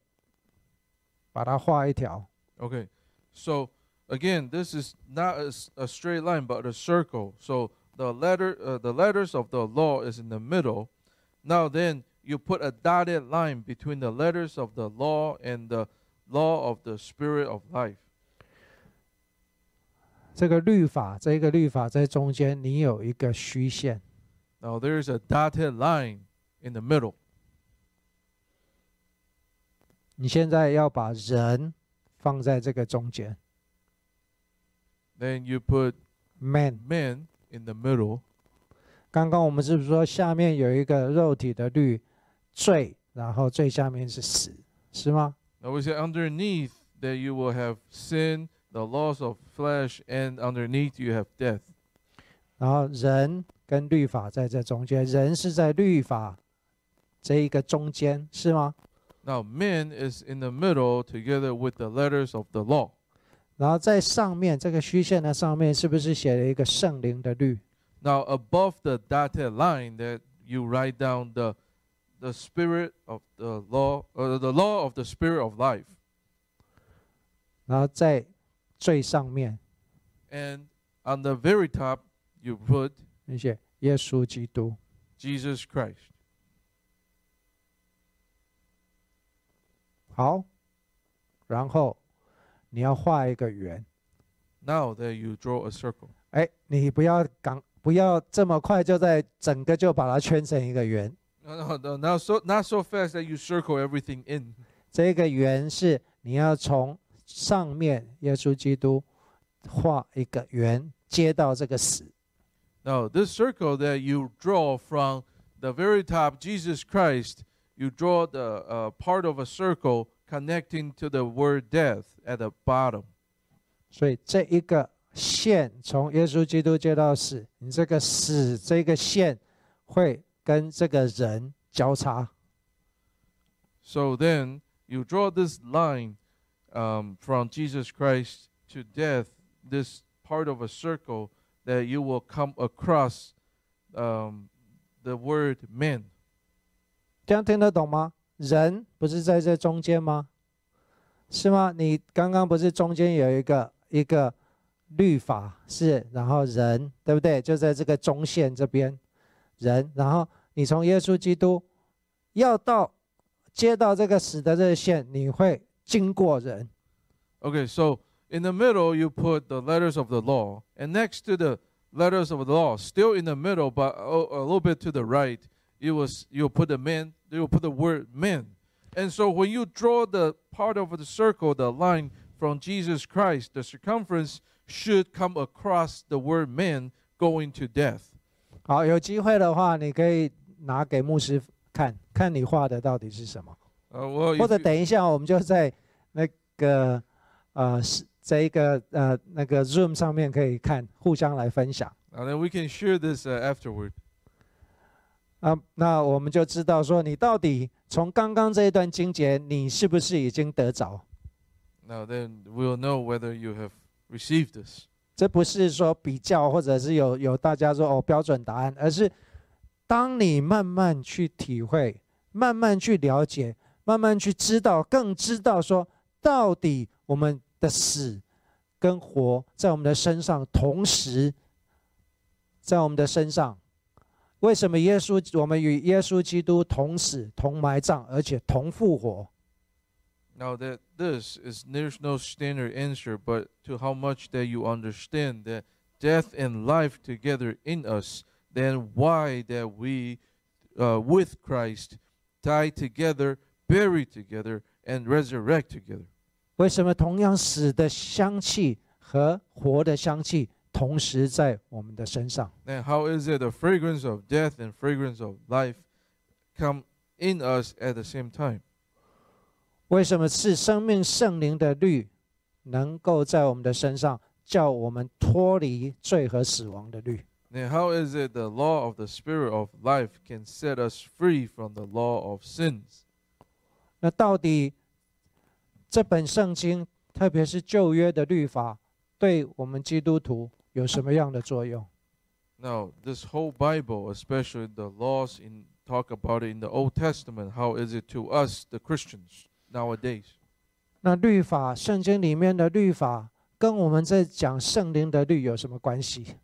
把它画一条。 Okay, so again, this is not a, s- a straight line, but a circle. So the letter, uh, the letters of the law is in the middle. Now then, you put a dotted line between the letters of the law and the law of the spirit of life. 这个律法，这个律法在中间，你有一个虚线。 Now there's a dotted line in the middle. 你现在要把人放在这个中间 Then you put ，man。 men in the middle. 刚刚我们是不是说下面有一个肉体的律罪，然后最下面是死，是吗？ Now we say underneath that you will have sin, the loss of flesh, and underneath you have death. 然后人跟律法在这中间，人是在律法这一个中间，是吗？ Now, men is in the middle together with the letters of the law. 然后在上面这个虚线的上面，是不是写了一个圣灵的律？ Now, above the dotted line that you write down the the spirit of the law or the law of the spirit of life. 然后在最上面， And on the very top you put 你写耶稣基督。 Jesus Christ. 好，然后你要画一个圆。 Now that you draw a circle. 哎，你不要赶，不要这么快就在整个就把它圈成一个圆。 No, no, no, now so not so fast that you circle everything in. 这个圆是你要从上面耶稣基督画一个圆，接到这个死。 Now this circle that you draw from the very top, Jesus Christ, you draw the uh, part of a circle connecting to the word death at the bottom. 所以这一个线从耶稣基督接到死，你这个死这个线会跟这个人交叉。 So then you draw this line um, from Jesus Christ to death, this part of a circle that you will come across um, the word men. 这样听得懂吗？人不是在这中间吗？是吗？你刚刚不是中间有一个一个律法是，然后人对不对？就在这个中线这边，人，然后你从耶稣基督要到接到这个死的热线，你会经过人， Okay, so in the middle, you put the letters of the law, and next to the letters of the law, still in the middle, but a, a little bit to the right, you was you put the man, you put the word man, and so when you draw the part of the circle, the line from Jesus Christ, the circumference should come across the word man going to death. 好，有机会的话，你可以拿给牧师看看你画的到底是什么， Uh, well, 或者 if you, 等一下我们就在那个呃是这一个呃那个 Zoom 上面可以看，互相来分享 and then we can share this uh, afterward. 啊、那我们就知道说你到底从刚刚这一段经节，你是不是已经得着？ Now then, we'll know whether you have received this. 这不是说比较，或者是有有大家说哦标准答案，而是当你慢慢去体会，慢慢去了解，慢慢去知道，更知道说到底我们的死跟活在我们的身上，同时在我们的身上，为什么耶稣我们与耶稣基督同死同埋葬，而且同复活？ Now that this is there's no standard answer, but to how much that you understand that death and life together in us, then why that we uh, with Christ die together, bury together, and resurrect together. 为什么同样死的香气和活的香气同时在我们的身上？ Then how is it the fragrance of death and fragrance of life come in us at the same time? 为什么是生命圣灵的律能够在我们的身上，叫我们脱离罪和死亡的律？ Then how is it the law of the spirit of life can set us free from the law of sins? 那到底这本圣经，特别是旧约的律法，对我们基督徒有什么样的作用？ Now, this whole Bible, especially the laws in talk about it in the Old Testament, how is it to us the Christians nowadays? 那律法，圣经里面的律法，跟我们在讲圣灵的律有什么关系？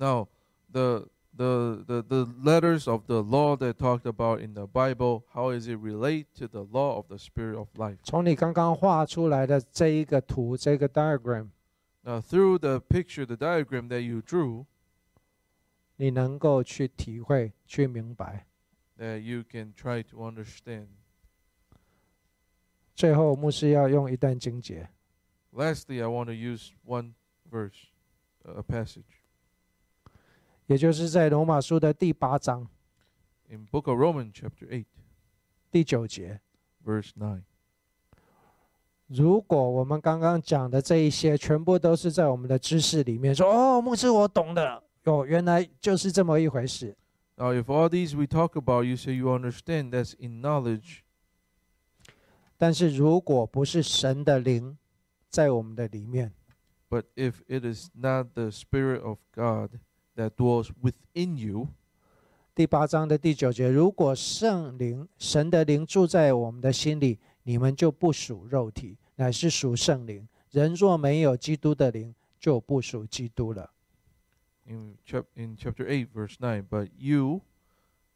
Now, the the the, the letters of the law that talked about in the Bible, how is it relate to the law of the spirit of life? 从你刚刚画出来的这一个图，这个 diagram， Now, through the picture, the diagram that you drew, 你能够去体会、去明白。 that you can try to understand. 最后，牧师要用一段经节。 Lastly, I want to use one verse, a passage 也就是在罗马书的第八章 in Book of Romans, chapter eight, 第九节。 verse nine. 如果我们刚刚讲的这一些全部都是在我们的知识里面说，哦，牧师我懂的，哦，原来就是这么一回事。 Now, if all these we talk about, you say you understand, that's in knowledge. 但是如果不是神的灵在我们的里面， But if it is not the Spirit of God that dwells within you, 第八章的第九节，如果圣灵、神的灵住在我们的心里，你们就不属肉体，乃是属圣灵。人若没有基督的灵，就不属基督了。 in, chap- in chapter 8, verse 9, but you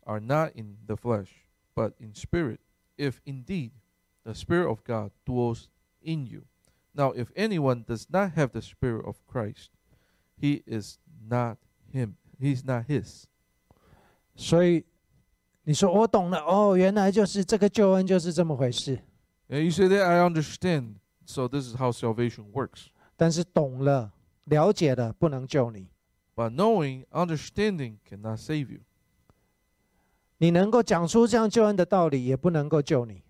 are not in the flesh, but in spirit, if indeed the Spirit of God dwells in you. Now, if anyone does not have the Spirit of Christ, he is not him, he's not his. 所以你说我懂了哦，原来就是这个救恩就是这么回事。 And you say that I understand. So, this is how salvation works. 但是懂了、了解了，不能救你。 But knowing, understanding cannot save you. 你能够讲出这样救恩的道理，也不能够救你。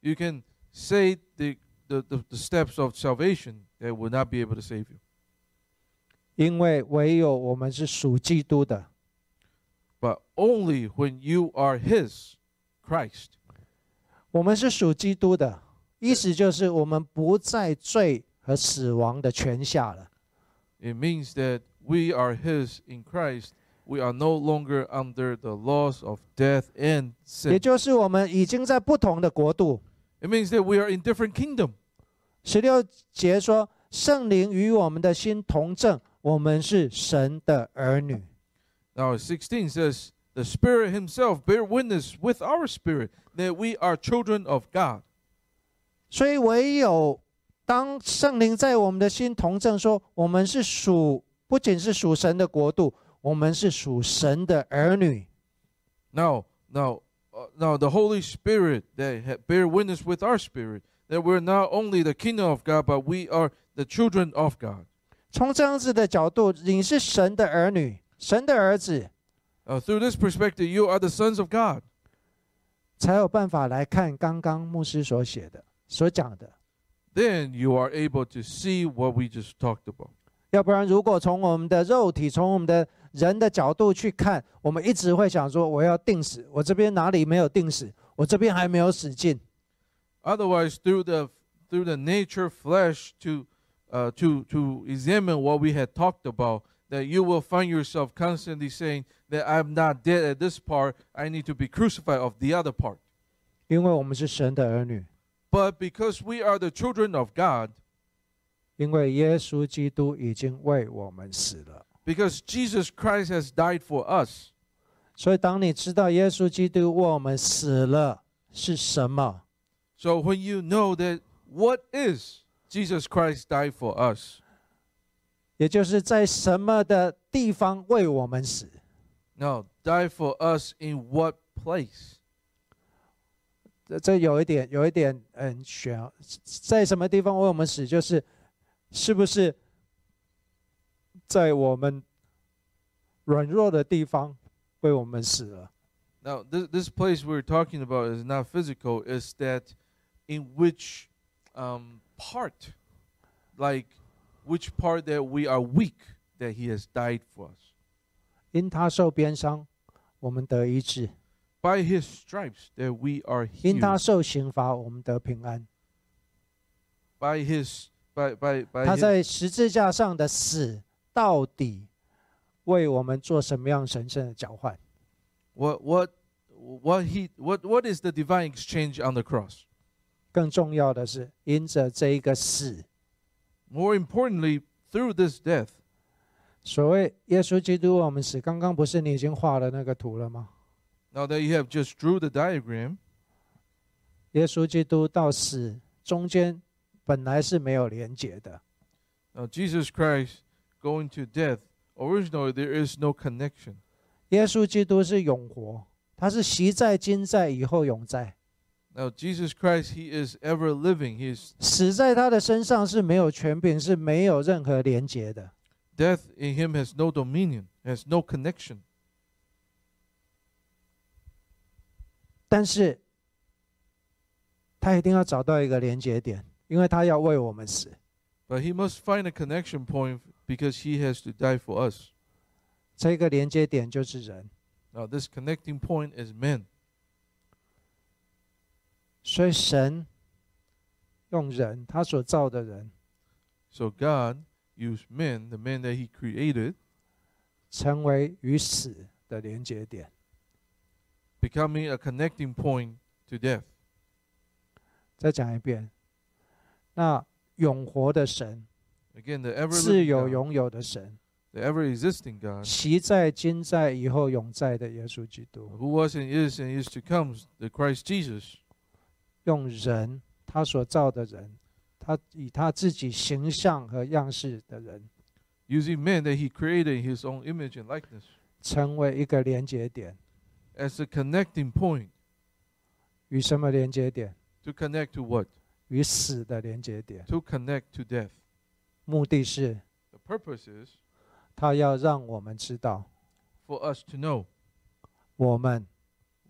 You can say the, the, the, the steps of salvation that will not be able to save you. 因为唯有我们是属基督的， But only when you are His, Christ. 我们是属基督的，意思就是我们不在罪和死亡的权下了。 It means that we are His in Christ. We are no longer under the laws of death and 也 sin. 就是我们已经在不同的国度。 It means that we are in different kingdom. 十六节说，圣灵与我们的心同证，我们是神的儿女。 Now 16 says, The Spirit Himself bear witness with our spirit that we are children of God. 所以唯有当圣灵在我们的心同证说，我们是属不仅是属神的国度，我们是属神的儿女。 Now, now, uh, now the Holy Spirit that ha- bear witness with our spirit that we're not only the kingdom of God, but we are the children of God. 从这样子的角度，你是神的儿女，神的儿子， Uh, through this perspective, you are the sons of God. 才有办法来看刚刚牧师所写的、所讲的。 Then you are able to see what we just talked about. 要不然，如果从我们的肉体、从我们的人的角度去看，我们一直会想说：我要定死，我这边哪里没有定死，我这边还没有死尽。 Otherwise, through the through the nature flesh to uh, to to examine what we had talked about, that you will find yourself constantly saying that I'm not dead at this part. I need to be crucified of the other part. 因为我们是神的儿女， But because we are the children of God, 因为耶稣基督已经为我们死了。 because Jesus Christ has died for us, 所以，当你知道耶稣基督为我们死了是什么， so when you know that what is Jesus Christ died for us, 也就是在什么的地方为我们死， now died for us in what place? 这这有一点，有一点嗯悬啊，在什么地方为我们死？就是是不是在我们软弱的地方为我们死了？ Now, this, this place we're talking about is not physical, it's that in which um, part, like which part that we are weak, that He has died for us. 因他受鞭伤，我们得医治； By His stripes, that we are 因 healed. 他受刑罚，我们得平安。 By His, by, by, by 他 his- 在十字架上的死，到底为我们做什么样神圣的交换？ what, what, what He, what, what is the divine exchange on the cross? 更重要的是，因着这一个死， More importantly, through this death, 所谓耶稣基督为我们死，刚刚不是你已经画了那个图了吗？ now that you have just drew the diagram, 耶稣基督到死中间本来是没有连结的， now Jesus Christ going to death, originally there is no connection. 耶稣基督是永活，他是习在、今在、以后永在。 Now, Jesus Christ, He is ever living. His 死在他的身上是没有权柄，是没有任何连结的。 death in Him has no dominion, has no connection. 但是，他一定要找到一个连结点，因为他要为我们死。 But He must find a connection point because He has to die for us. 这个连接点就是人， Now, this connecting point is man. 所以神用人，他所造的人， So God used men, the man that He created, 成为与死的连接点。 becoming a connecting point to death. 再讲一遍，那永活的神 Again, the ever 自有 living God, 永有的神， the ever existing God, 习在、今在、以后永在的耶稣基督， who was and is and is to come, the Christ Jesus, 用人他所造的人，他以他自己形象和样式的人， using man that He created in His own image and likeness 成为一个连接点， as a connecting point. 与什么连接点？ To connect to what? 与死的连接点。 To connect to death. 目的是 The purpose is 他要让我们知道， for us to know 我们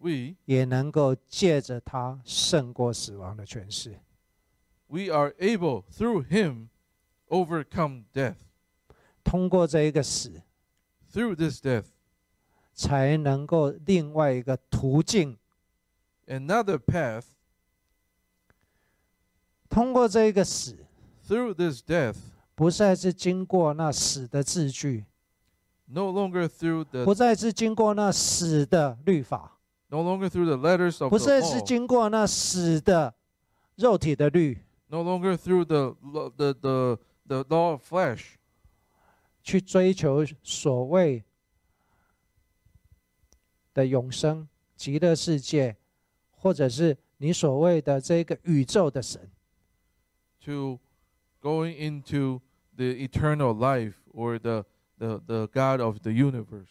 we 也能够借着他胜过死亡的权势。 we are able through him overcome death. 通过这一个死， Through this death, 才能够另外一个途径 another path 通过这个死， Through this death, 不再是经过那死的字句， no longer through the 不再是经过那死的律法， no longer through the letters of 不 the 再是 law, 经过那死的肉体的律 no longer through the lo- the the the law of flesh, 去追求所谓的永生、极乐世界，或者是你所谓的这个宇宙的神。 to going into the eternal life or the the, the God of the universe.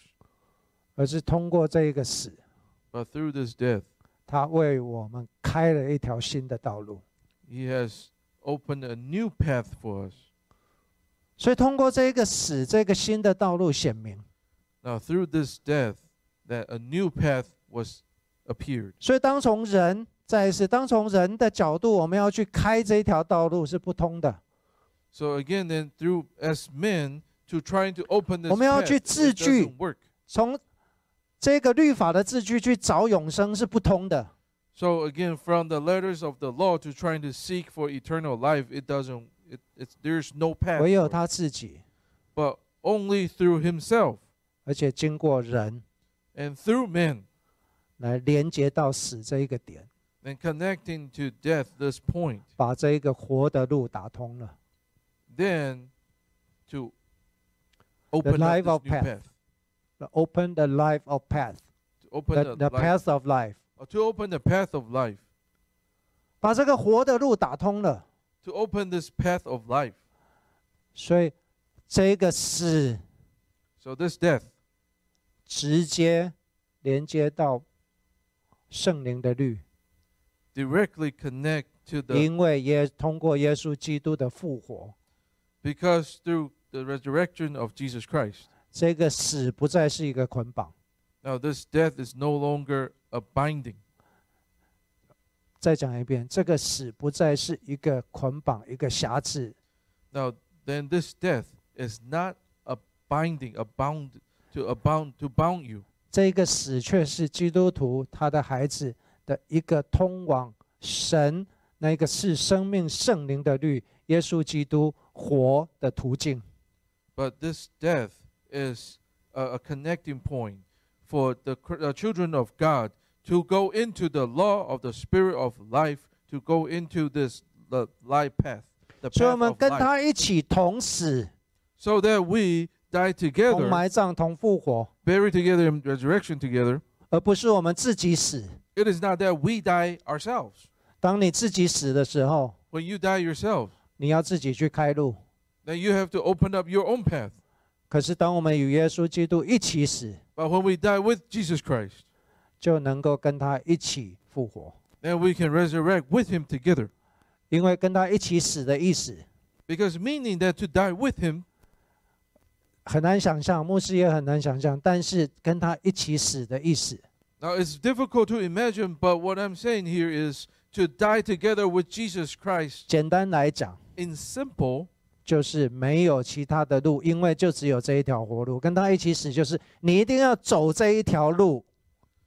而是通过这一个死， But through this death, 他为我们开了一条新的道路。 He has opened a new path for us. 所以通过这一个死，这个新的道路显明。 Now through this death, that a new path was appeared. 所以当从人再一次，当从人的角度，我们要去开这一条道路是不通的。 So again, then through as men to trying to open this 我们要 path, 去自 it 据。 doesn't work. 从这个律法的字句去找永生是不通的。 So again, from the letters of the law to trying to seek for eternal life, it doesn't. It, it's there's no path. 唯有 for it. 他自己， but only through Himself 而且经过人 and through men, 来连接到死这一个点， and connecting to death this point, 把这一个活的路打通了。 then to open life of up this new path. The open the life of path, to open the the the life, path of life， uh, to open the path of life, 把这个活的路打通了。 to open this path of life. 所以这个死 So this death 直接连接到圣灵的律， directly connect to the 因为也通过耶稣基督的复活， because through the resurrection of Jesus Christ. 这个死不再是一个捆绑。 Now this death is no longer a binding. 再讲一遍，这个死不再是一个捆绑、一个辖制， Now then this death is not a binding, a bound to a bound to bound you. 这个死却是基督徒他的孩子的一个通往神那个是生命圣灵的律，耶稣基督活的途径。 But this death is a, a connecting point for the cr- uh, children of God to go into the law of the spirit of life, to go into this the life path, the 所以我 path 们 of 跟 life, 他一起同死、 so that we die 同 together, 埋葬、同复活， buried together in resurrection together. 而不是我们自己死。 It is not that we die ourselves. 当你自己死的时候， When you die yourself, 你要自己去开路。 then you have to open up your own path. 可是当我们与耶稣基督一起死， But when we die with Jesus Christ, 就能够跟他一起复活， then we can resurrect with him together. 因为跟他一起死的意思 Because meaning that to die with him, 很难想象，牧师也很难想象。但是跟他一起死的意思， now it's difficult to imagine, but what I'm saying here is to die together with Jesus Christ 简单来讲， in simple, 就是没有其他的路，因为就只有这一条活路。跟他一起死，就是你一定要走这一条路，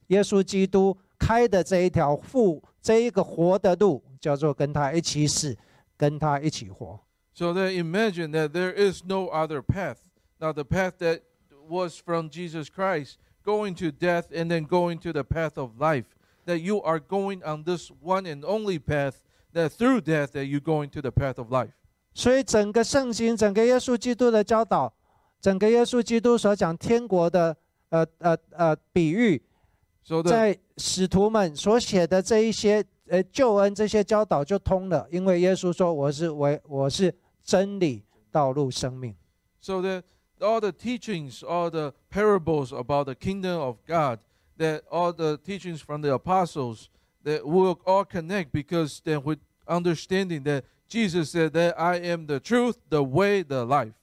耶稣基督开的这一条复这一个活的路，叫做跟他一起死，跟他一起活。 so that imagine that there is no other path. Now the path that was from Jesus Christ, going to death and then going to the path of life, that you are going on this one and only path, that through death that you're going to the path of life. 所以整个圣经、整个耶稣基督的教导，整个耶稣基督所讲天国的呃呃呃比喻， So the 在使徒们所写的这一些呃救恩这些教导就通了，因为耶稣说我是为我是真理、道路、生命。 so that all the teachings, all the parables about the kingdom of God, that all the teachings from the apostles, that will all connect because then with understanding that Jesus said that I am the truth, the way, the life.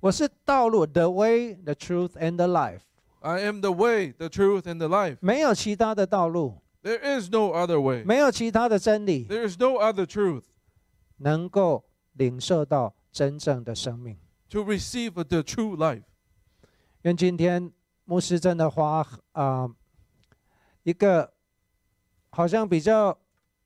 我是道路，the way, the truth and the life， I am the way, the truth, and the life. 没有其他的道路， There is no other way. 没有其他的真理， There is no other truth 能够领受到真正的生命。 to receive the true life. 因为今天牧师真的花啊、呃一个好像比较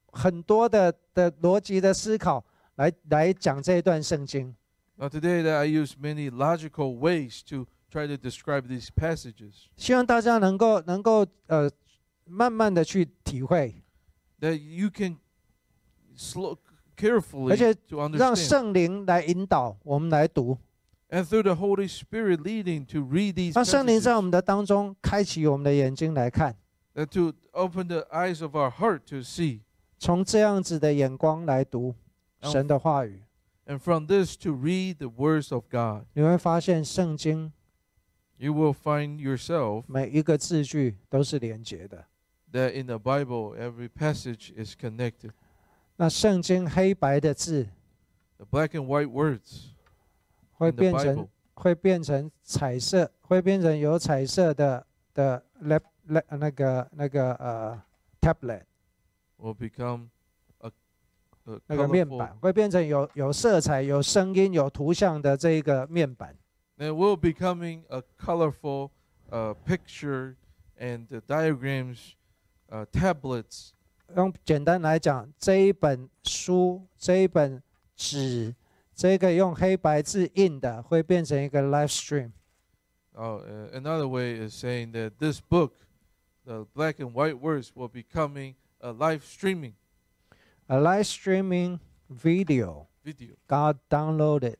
很多的的逻辑的思考来来讲这一段圣经。 Now today that I use many logical ways to try to describe these passages 希望大家能够能够呃，慢慢的去体会， that you can slow carefully 而且 to 让 understand 圣灵来引导我们来读， and through the Holy Spirit leading to read these 让圣灵在我 passages 们的当中开启我们的眼睛来看， that to open the eyes of our heart to see 从这样子的眼光来读嗯神的话语， and from this to read the words of God 你会发现圣经 you will find yourself 每一个字句都是连结的。 that in the Bible every passage is connected 那圣经黑白的字 the black and white words 会 in the 变成 Bible 会变成彩色，会变成有彩色的的 lap lap 那个那个呃 tablet will become a, a 那个面 colorful 板，会变成有有色彩、有声音、有图像的这一个面板。 It will becoming a colorful uh, picture and the diagrams, uh, tablets. 用简单来讲，这一本书、这一本纸、这个用黑白字印的，会变成一个 live stream。 Uh, uh, another way is saying that this book, the black and white words, will becoming a live streaming A live streaming video video got downloaded。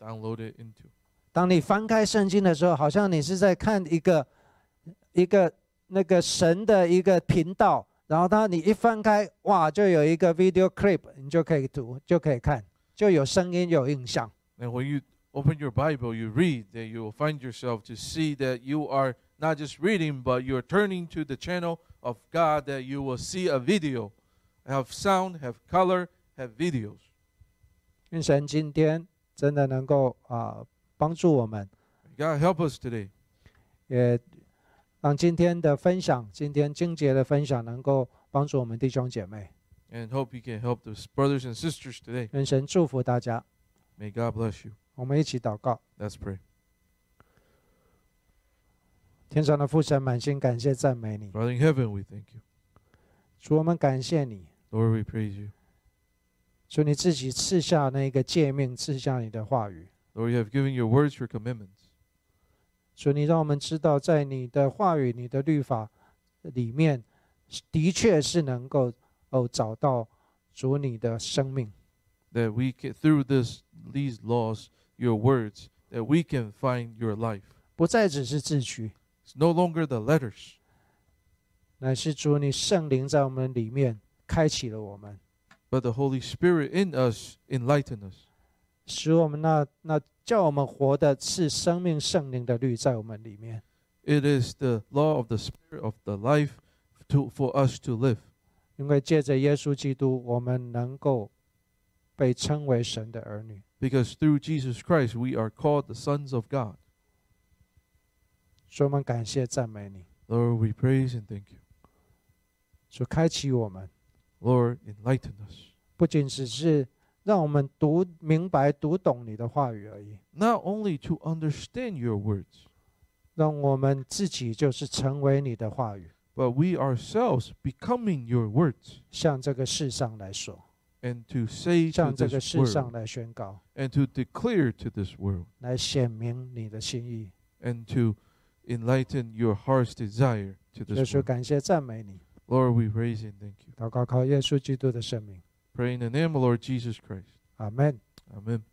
downloaded into. 当你翻开圣经的时候，好像你是在看一个一个那个神的一个频道，然后当你一翻开，哇，就有一个 video clip，你就可以读，就可以看，就有声音，有印象。 And when you open your Bible, you read, then you will find yourself to see that you are not just reading, but you're turning to the channel of God that you will see a video, have sound, have color, have videos. 愿神今天真的能够啊、帮助我们， God help us today. 也让今天的分享，今天经节的分享能够帮助我们弟兄姐妹。 and hope you can help those brothers and sisters today. 愿神祝福大家， May God bless you. 我们一起祷告。 Let's pray. 天上的父神，满心感谢赞美你， Father in heaven, we thank you. 主我们感谢你。 Lord, we praise you. 主你自己赐下那个诫命，赐下你的话语。 Lord, you have given your words your commandments. 主你让我们知道，在你的话语、你的律法里面，的确是能够哦找到主你的生命。 That we can through this these laws, your words, that we can find your life. 不再只是自取， It's no longer the letters, 乃是主你圣灵在我们里面开启了我们， but the Holy Spirit in us enlighten us. 使我们那那叫我们活的是生命圣灵的律在我们里面。 It is the law of the spirit of the life to for us to live. 因为借着耶稣基督，我们能够被称为神的儿女。 Because through Jesus Christ we are called the sons of God. 所以我们感谢赞美你， Lord, we praise and thank you. 主开启我们。 Lord, enlighten us. 不仅只是让我们读明白、读懂你的话语而已， not only to understand your words, 让我们自己就是成为你的话语， but we ourselves becoming your words 向这个世上来说， and to say to 向这个 this 世上 world 来宣告， and to declare to this world 来显明你的心意。 and to enlighten your heart's desire to 耶 this 稣， world. 感谢赞美你， Lord, we praise and thank you. 祷告靠耶稣基督的圣名， Pray in the name of Lord Jesus Christ. 阿门。 Amen.